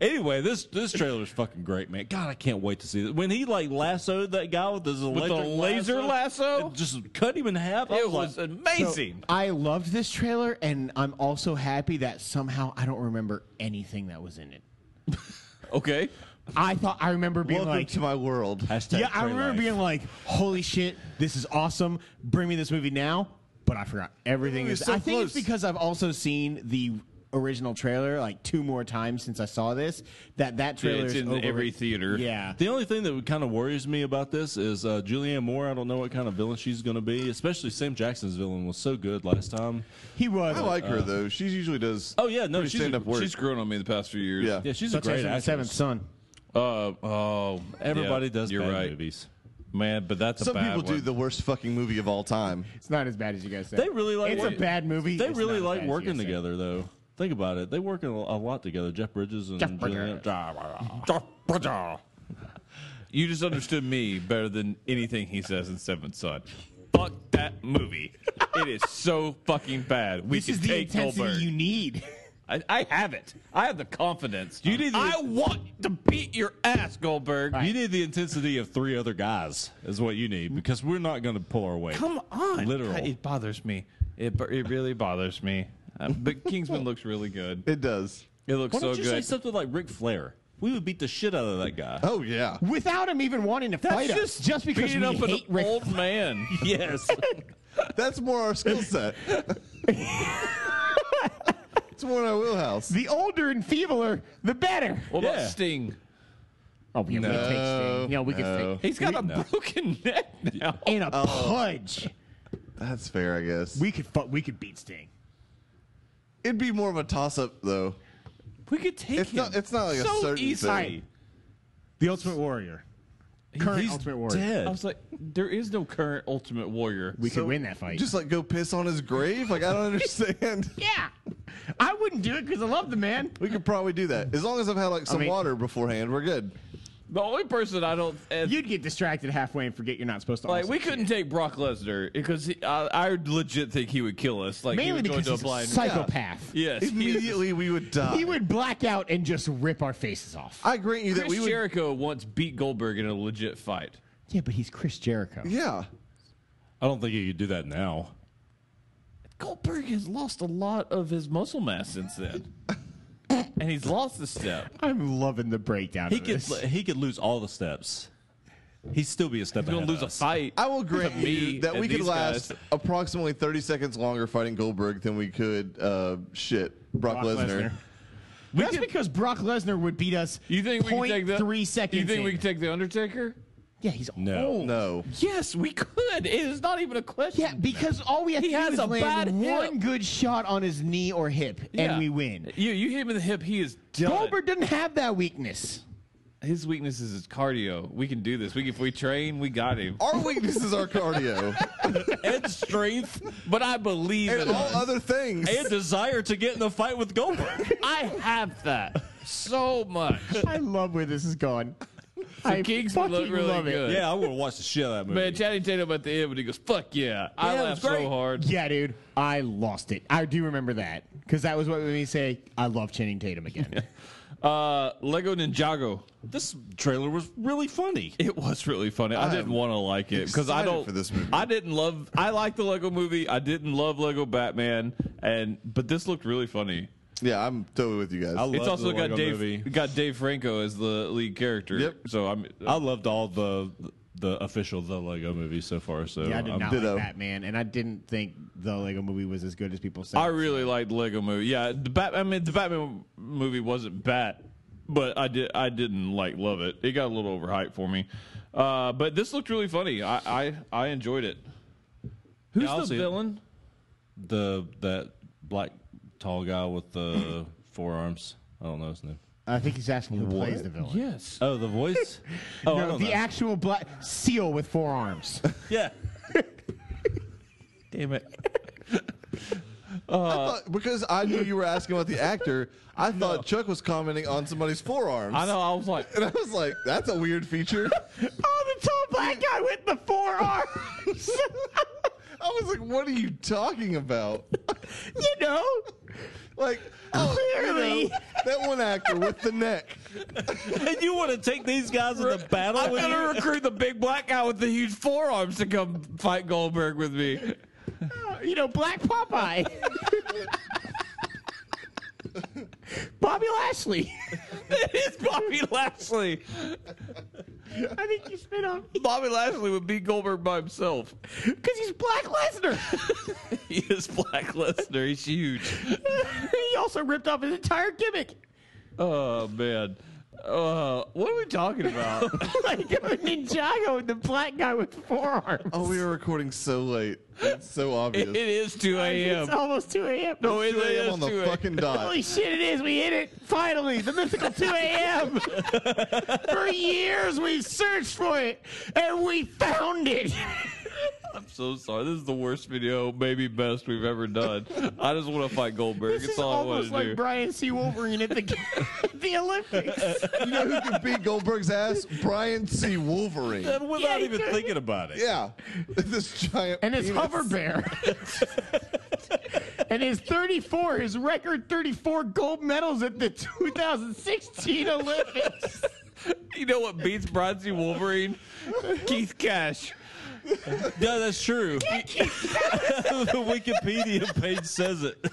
Anyway, this this trailer is fucking great, man. God, I can't wait to see this. When he like lassoed that guy with his the electric laser lasso? and just cut him in half. I It was, was like, So, amazing. I loved this trailer, and I'm also happy that somehow I don't remember anything that was in it. okay. I thought I remember <laughs> being Welcome like, to my world. hashtag yeah, I Trey remember Life. being like, holy shit, this is awesome. Bring me this movie now. But I forgot everything. You're Is, so I think it's close. because I've also seen the original trailer like two more times since I saw this. That that trailer it's is in over. every theater. Yeah. The only thing that kind of worries me about this is uh, Julianne Moore. I don't know what kind of villain she's going to be. Especially Sam Jackson's villain was so good last time. He was. I like her though. She usually does. Oh yeah, no, pretty she's a- stand-up work. She's grown on me the past few years. yeah. yeah, she's a That's great the actress. seventh son. Uh, oh, Everybody yeah, does You're bad right, movies. man. But that's Some a bad people do one. the worst fucking movie of all time. It's not as bad as you guys said. They really like It's a work- bad movie. They It's really not as like bad as you working guys said. together, though. Think about it. They work a, a lot together. Jeff Bridges and Jeff Julianne- You just understood me better than anything he says in Seventh Son. Fuck that movie. it is so fucking bad. We This can is the take intensity Goldberg. you need. I, I have it. I have the confidence. You need to- I want to beat your ass, Goldberg. You need the intensity of three other guys is what you need because we're not going to pull our weight. Come on. Literal. God, it bothers me. It bo- it really bothers me. Uh, but Kingsman looks really good. It does. It looks Why so don't you say good. something like Ric Flair? We would beat the shit out of that <laughs> guy. Oh yeah. Without him even wanting to fight us, just because beating we up hate an Ric old <laughs> man. <laughs> yes. That's more our skill set. it's more in our wheelhouse. The older and feebler, the better. What about Yeah. Sting? Oh, yeah, we could take No, Sting. Yeah, we no. could take. He's got a broken <laughs> neck now. In a pudge, That's fair, I guess. we could fu- we could beat Sting. It'd be more of a toss up though. We could take It's him. not- it's not like a so certain easy. thing. The Ultimate Warrior, current Ultimate Warrior. I was like, there is no current Ultimate Warrior. We So, could win that fight. Just like go piss on his grave? Like <laughs> I don't understand. yeah, I wouldn't do it because I love the man. We could probably do that. As long as I've had like some mean- water beforehand, we're good. The only person I don't uh, You'd get distracted halfway and forget you're not supposed to. like. also We see couldn't take Brock Lesnar because he, I, I legit think he would kill us. it. Like he mainly would go because into a he's a blind. psychopath. yes, he is. Immediately we would die. He would black out and just rip our faces off. I grant you that Chris we would Jericho once beat Goldberg in a legit fight. yeah, but he's Chris Jericho. Yeah. I don't think you could do that now. Goldberg has lost a lot of his muscle mass since <laughs> then, and he's lost a step. I'm loving the breakdown. He of could this. he could lose all the steps. He'd still be a step. He's gonna ahead lose of a us. fight. I will grant To me you that and we could these last guys. approximately 30 seconds longer fighting Goldberg than we could, uh, shit, Brock, Brock Lesnar. Lesnar. That's because Brock Lesnar would beat us. You think we can point take the three seconds? You think we in. can take the Undertaker? Yeah, he's No. old. No. Yes, we could. It is not even a question. Yeah, because all we have He to has do is a bad land hip. one good shot on his knee or hip, Yeah. and we win. You you hit him in the hip. He is done. Goldberg didn't have that weakness. His weakness is his cardio. We can do this. We can- if we train, we got him. Our weakness is our <laughs> cardio and strength But I believe in and all us. other things. and desire to get in the fight <laughs> with Goldberg. I have that so <laughs> much. I love where this <laughs> is going. I Kings would fucking look really love good. it. yeah, I would have watched the shit out of that movie. Man, Channing Tatum at the end when he goes, "Fuck yeah!" I Yeah, it laughed was great. so hard. Yeah, dude, I lost it. I do remember that because that was what made me say I love Channing <laughs> Tatum again. Uh, Lego Ninjago. this trailer was really funny. It was really funny. I didn't I'm want to like it because I excited don't. for this movie. I didn't love. I liked the Lego movie. I didn't love Lego Batman, and but this looked really funny. yeah, I'm totally with you guys. I love It's also the got Lego Dave movie. got Dave Franco as the lead character. Yep. So I'm. I loved all the the official the Lego movie so far. So yeah, I did I'm- not ditto. like Batman, and I didn't think the Lego Movie was as good as people say. I really liked Lego movie. Yeah, the Bat. I mean, the Batman movie wasn't bad, but I did. I didn't like love it. It got a little overhyped for me. Uh, but this looked really funny. I I, I enjoyed it. Who's Yeah, I'll the see it. villain? the that black tall guy <clears throat> with the forearms. I don't know his name. I think he's asking who plays the villain. Yes. Oh, <laughs> the voice. Oh, I No, don't the know. actual black seal with four <laughs> arms. Oh, yeah. Damn it. I Uh, thought, because I knew you were asking about the actor, <laughs> I thought Chuck was commenting on somebody's forearms. I know. I was like, And I was like, that's a weird feature. oh, the tall black guy with the four <laughs> arms. I was like, what are you talking about? you know, Like, oh, you know, Clearly. that one actor with the neck. And you want to take these guys in the battle? I'm <laughs> with you? gonna recruit the big black guy with the huge forearms to come fight Goldberg with me. <laughs> you know, black Popeye. Bobby Lashley. It is Bobby Lashley. I think you spit on me. Bobby Lashley would beat Goldberg by himself. <laughs> Because he's Black Lesnar. He is Black Lesnar. He's huge. he also ripped off his entire gimmick. <laughs> Oh man. Uh, what are we talking <laughs> about? like Ninjago, the black guy with four arms. Oh, we were recording so late. It's so obvious. it is 2 It's a.m. almost 2 a.m. No, it 2 a.m. is on the 2 a.m. fucking dot. <laughs> Holy shit, it is. We hit it. Finally, the mythical <laughs> 2 a.m. For years, we searched for it and we found it. I'm so sorry. This is the worst video, maybe best we've ever done. I just want to fight Goldberg. This it's is all I want almost to like do. Brian C. Wolverine <laughs> at the, <laughs> the Olympics. You know who could beat Goldberg's ass? Brian C. Wolverine. And without Yeah, even he- thinking about it. Yeah. <laughs> This giant. And his penis. hover bear. <laughs> and his 34, his record 34 gold medals at the <laughs> <laughs> 2016 Olympics. You know what beats Bronzy <laughs> Wolverine? Keith Cash. Yeah, <laughs> that's true. <laughs> the Wikipedia page <laughs> says it.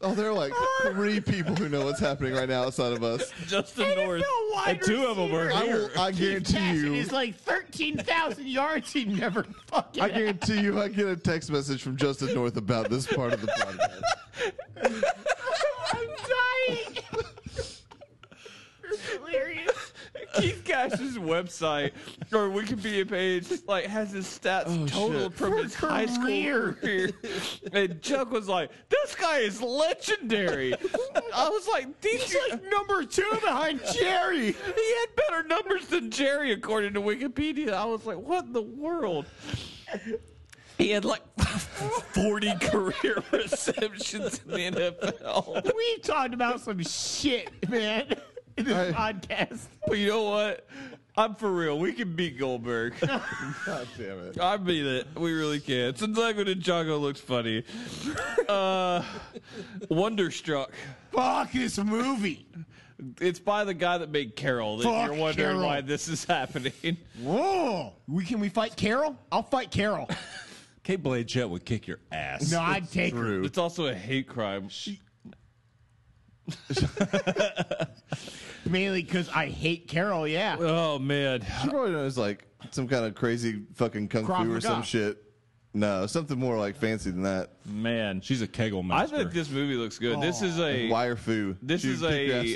Oh, there are <laughs> like three people who know what's happening right now outside of us. Justin North. NFL wide And two of 'em were receiver. I will. I guarantee Jackson you. is like 13,000 yards he never fucking I guarantee you. I get a text message from Justin North about this part of the podcast. I'm dying. It's hilarious. Keith Cash's website or Wikipedia page like has his stats total shit. from his high school career. and Chuck was like, "This guy is legendary." I was like, "These like number two <laughs> behind Jerry. he had better numbers than Jerry according to Wikipedia." I was like, "What in the world?" He had like <laughs> 40 career <laughs> receptions in the NFL. We've talked about some shit, man, in this podcast. But you know what? I'm for real. We can beat Goldberg. God damn it. I mean it. We really can. Santiago de Jago looks funny. Uh, Wonderstruck. Fuck this movie. It's by the guy that made Carol. If Fuck you're wondering Carol. why this is happening. Whoa. We can we fight Carol? I'll fight <laughs> Carol. Kate Blanchett would kick your ass. No, I'd take her. It's also a hate crime. Mainly because I hate Carol, yeah. Oh man. She probably knows like some kind of crazy fucking kung Krav fu or some Maga. shit. shit. No, something more like fancy than that. Man. She's a kegel I master. think this movie looks good. This is a Oh. Wire foo. This She is would kick your ass a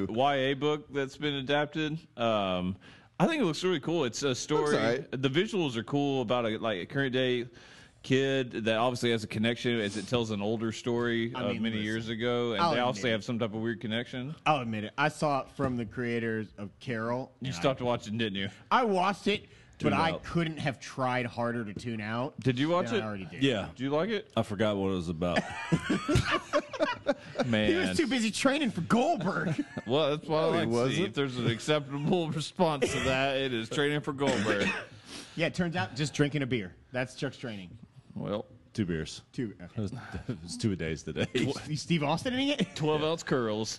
with uh, wire foo. YA book that's been adapted. Um, I think it looks really cool. It's a story. all right. The visuals are cool about a, like a current day kid that obviously has a connection as it tells an older story I of mean, many listen, years ago, and I'll they admit obviously it. have some type of weird connection. I'll admit it. I saw it from the creators of Carol. You and I- stopped watching, didn't you? I watched it, but Tuned I out. couldn't have tried harder to tune out. Did you watch than it? I already did. yeah. Do you like it, I forgot what it was about. <laughs> man? <laughs> He was too busy training for Goldberg. <laughs> <laughs> Well, that's why I No, he like to see wasn't. If there's an acceptable <laughs> response to that, it is training for Goldberg. yeah, it turns out just drinking a beer. That's Chuck's training. well, two beers. <laughs> Two. It Okay. was, it was two a days today. You Steve Austin in it? twelve ounce curls.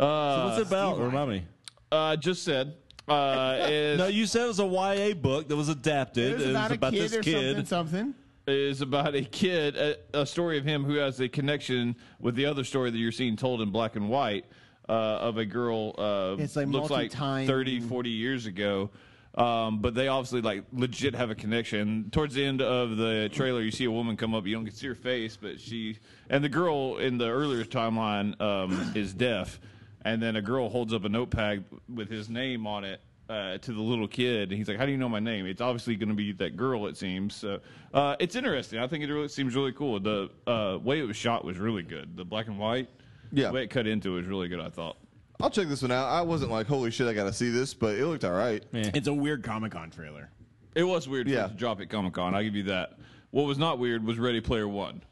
Uh, What's it about? Remind me. uh, just said. <laughs> Uh, is- No, you said it was a YA book that was adapted. It was about, a kid this or kid. something. Something. is about a kid, a, a story of him who has a connection with the other story that you're seeing told in black and white uh, of a girl. Uh, It's like looks like multi-time- 30, 40 years ago. Um, but they obviously like legit have a connection. Towards the end of the trailer, you see a woman come up. You don't get to see her face, but she and the girl in the earlier timeline um, is deaf. And then a girl holds up a notepad with his name on it uh, to the little kid, and he's like, "How do you know my name?" It's obviously going to be that girl, it seems. So uh, it's interesting. I think it really seems really cool. The uh, way it was shot was really good. The black and white, Yeah. the way it cut into it was really good. I thought. I'll check this one out. I wasn't like, holy shit, I gotta see this, but it looked all right. It's a weird Comic Con trailer. It was weird for Yeah. it to drop at Comic Con. I'll give you that. What was not weird was Ready Player One.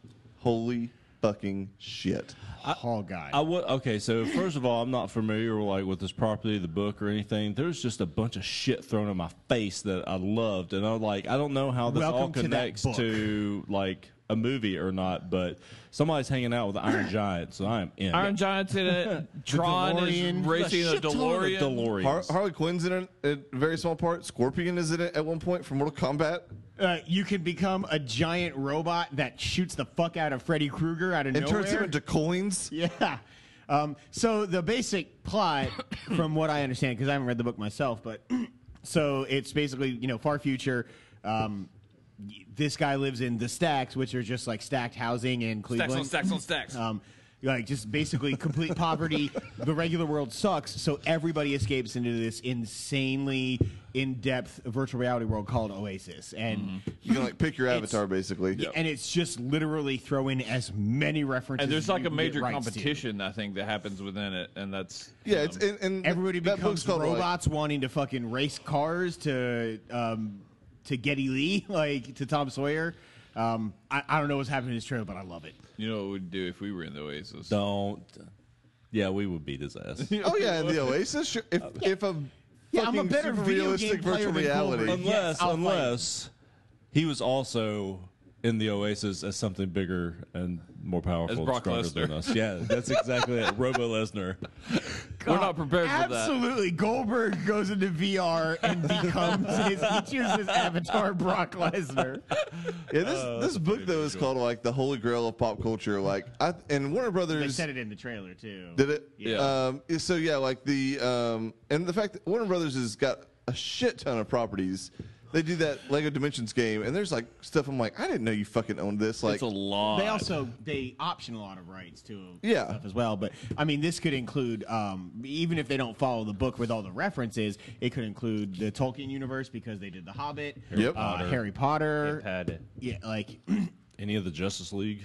Holy fucking shit. Hall guy. I would okay. So first of all, I'm not familiar like with this property, the book, or anything. There's just a bunch of shit thrown in my face that I loved, and I'm like, I don't know how this all Welcome to that connects to, book. like a movie or not, but somebody's hanging out with the Iron Giant, so I'm in. Iron Giant's in <laughs> it. Tron is DeLorean. racing a Shit ton of DeLorean. DeLoreans. Har- Harley Quinn's in it, a very small part. Scorpion is in it at one point from Mortal Kombat. uh, you can become a giant robot that shoots the fuck out of Freddy Krueger out of And nowhere. turns him into coins. <laughs> Yeah. Um, so the basic plot, <coughs> from what I understand, because I haven't read the book myself, but <clears throat> so it's basically you know far future. Um, y- this guy lives in the stacks, which are just like stacked housing in Cleveland. Stacks on stacks on stacks. Um, like just <laughs> basically complete poverty. The regular world sucks, so everybody escapes into this insanely in-depth virtual reality world called Oasis, and Mm-hmm. You can like pick your It's- avatar basically. and it's just literally throwing as many references. and there's as like you a can get major rights to. competition, I think, that happens within it, and that's um, Yeah, it's and, and Everybody that book's becomes called like, robots wanting to fucking race cars to um, to Getty Lee, <laughs> like to Tom Sawyer. Um, I, I don't know what's happening in this trailer, but I love it. you know what we'd do if we were in the Oasis. Don't. Yeah, we would beat his ass. <laughs> Oh yeah, <laughs> the Oasis. Sure. If if a Yeah, I'm a fucking better super video realistic game player virtual than reality. Goldberg. unless Yes, I'll fight. unless he was also in the Oasis as something bigger and more powerful, As and Brock stronger than Lesnar. us. Yeah, that's exactly it. Robo Lesnar. We're not prepared for that. Absolutely, Goldberg goes into VR and becomes his, he chooses avatar Brock Lesnar. Yeah, this Uh, this book though is called like the holy grail of pop culture. Like, I and Warner They Brothers said it in the trailer too. did it. Yeah. Um, so yeah, like the um, and the fact that Warner Brothers has got a shit ton of properties they do that Lego Dimensions game, and there's like stuff I'm like, I didn't know you fucking owned this. Like, it's a lot. They also they option a lot of rights to Yeah. stuff as well. But I mean, this could include um, even if they don't follow the book with all the references, it could include the Tolkien universe because they did The Hobbit, Yep. uh, Harry Potter, Had yeah, like <clears throat> Any of the Justice League?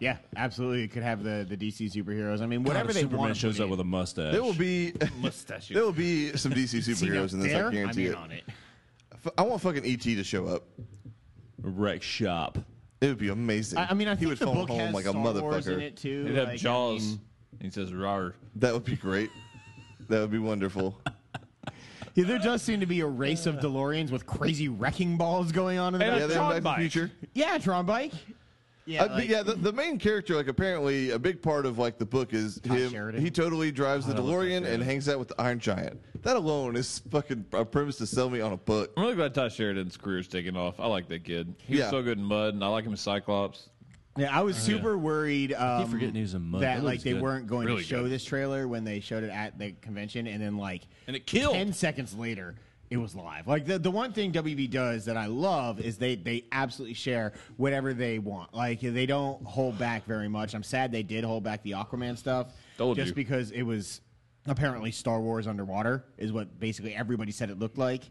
yeah, absolutely, it could have the the DC superheroes. I mean, God, whatever if they Superman want. to shows put up in. with a mustache. there will be <laughs> mustache. <laughs> there will be some <laughs> DC See, now superheroes in this. there, I guarantee I'm in it. on it. F- I want fucking ET to show up. wreck shop. It would be amazing. I, I mean, I he think would the phone book home has like a Star motherfucker. Wars in it too. They'd have like, I Jaws. mean- he says rar. That would be great. that would be <laughs> wonderful. yeah, there does seem to be a race of DeLoreans with crazy wrecking balls going on in the And yeah, a then Tron Back to the bike. Future. Yeah, Tron bike. Yeah, Uh, but yeah, the, the main character, like apparently, a big part of like the book is him. Sheridan? He totally drives the don't know Todd DeLorean and Sheridan. hangs out with the Iron Giant. That alone is fucking a premise to sell me on a book. I'm really glad Ty Sheridan's career's taking off. I like that kid. He Yeah. was so good in Mud, and I like him in Cyclops. Yeah, I was Oh, super worried um, forgetting he was in Mud. that, That like looks they good. weren't going Really to show good. this trailer when they showed it at the convention, and then like And it killed. ten seconds later. It was live. Like the, the one thing WB does that I love is they they absolutely share whatever they want. Like they don't hold back very much. I'm sad they did hold back the Aquaman stuff, Told just you. because it was apparently Star Wars underwater is what basically everybody said it looked like.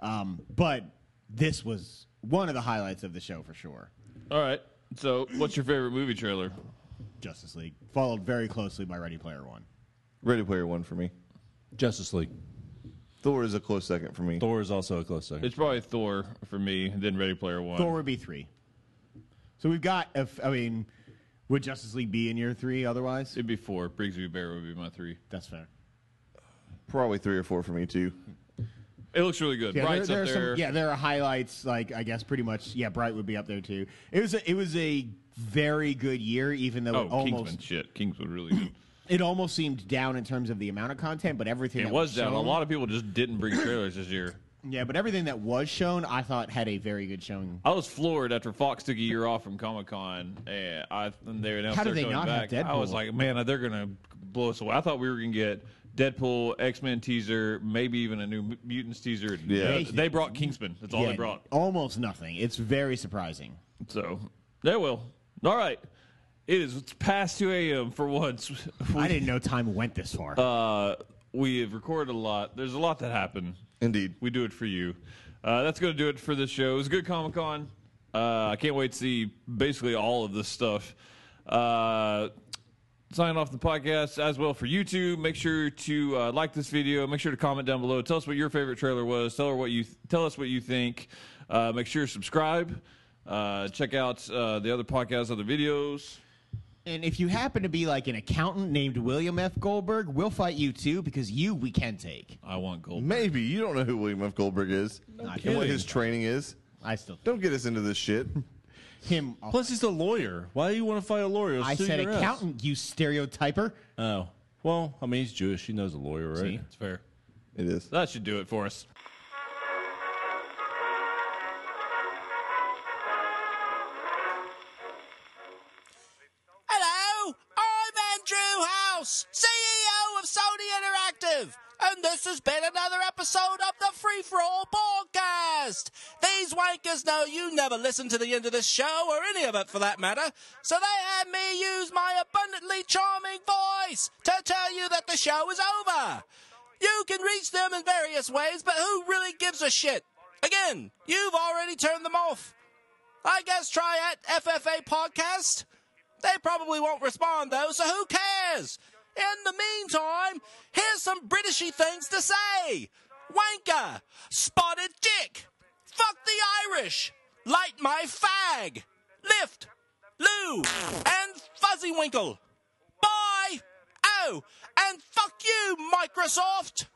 Um, but this was one of the highlights of the show for sure. All right. So, what's your favorite movie trailer? Justice League, followed very closely by Ready Player One. Ready Player One for me. Justice League. Thor is a close second for me. Thor is also a close second. It's probably Thor for me, then Ready Player One. Thor would be three. So we've got, if, I mean, would Justice League be in your three otherwise? It'd be four. Brigsby Bear would be my three. That's fair. Probably three or four for me too. It looks really good. Yeah, Bright's there, there up are there. Some, yeah, there are highlights. Like I guess pretty much. Yeah, Bright would be up there too. It was a, it was a very good year, even though Oh, it almost Kingsman. Shit. Kingsman really good. it almost seemed down in terms of the amount of content, but everything it that was down. A shown- lot of people just didn't bring trailers this year. Yeah, but everything that was shown, I thought had a very good showing. I was floored after Fox took a year off from Comic Con. And I and they announced How did they're they coming not have back. I was Deadpool? like, man, they're gonna blow us away. I thought we were gonna get Deadpool, X Men teaser, maybe even a new Mut- Mutants teaser. Yeah. they, they brought Kingsman. That's all yeah, they brought. almost nothing. It's very surprising. So they will. All right. It is past two a.m. for once. I didn't know time went this far. Uh, we have recorded a lot. There's a lot that happened. Indeed. We do it for you. Uh, that's going to do it for this show. It was a good Comic Con. Uh, I can't wait to see basically all of this stuff. Uh, sign off the podcast as well for YouTube. Make sure to uh, like this video. Make sure to comment down below. Tell us what your favorite trailer was. Tell her what you tell us what you think. Uh, make sure to subscribe. Uh, check out uh, the other podcasts, other videos. And if you happen to be like an accountant named William F. Goldberg, we'll fight you too because you we can take. I want gold. Maybe you don't know who William F. Goldberg is and what kidding. his training is. I still think Don't get us into this shit. him. I'll- Plus, he's a lawyer. Why do you want to fight a lawyer? I Sue said your ass. accountant, you stereotyper. Oh. Well, I mean, he's Jewish. He knows a lawyer, right? That's fair. It is. That should do it for us. Hello, I'm Andrew House, CEO of Sony Interactive, and this has been another episode of the Free For All podcast. These wankers know you never listen to the end of this show, or any of it for that matter, so they had me use my abundantly charming voice to tell you that the show is over. You can reach them in various ways, but who really gives a shit? Again, you've already turned them off. I guess try at FFA Podcast. They probably won't respond though, so who cares? In the meantime, here's some Britishy things to say. Wanker, spotted dick, fuck the Irish, light my fag, lift, loo, and fuzzy winkle. Bye. Oh, and fuck you, Microsoft.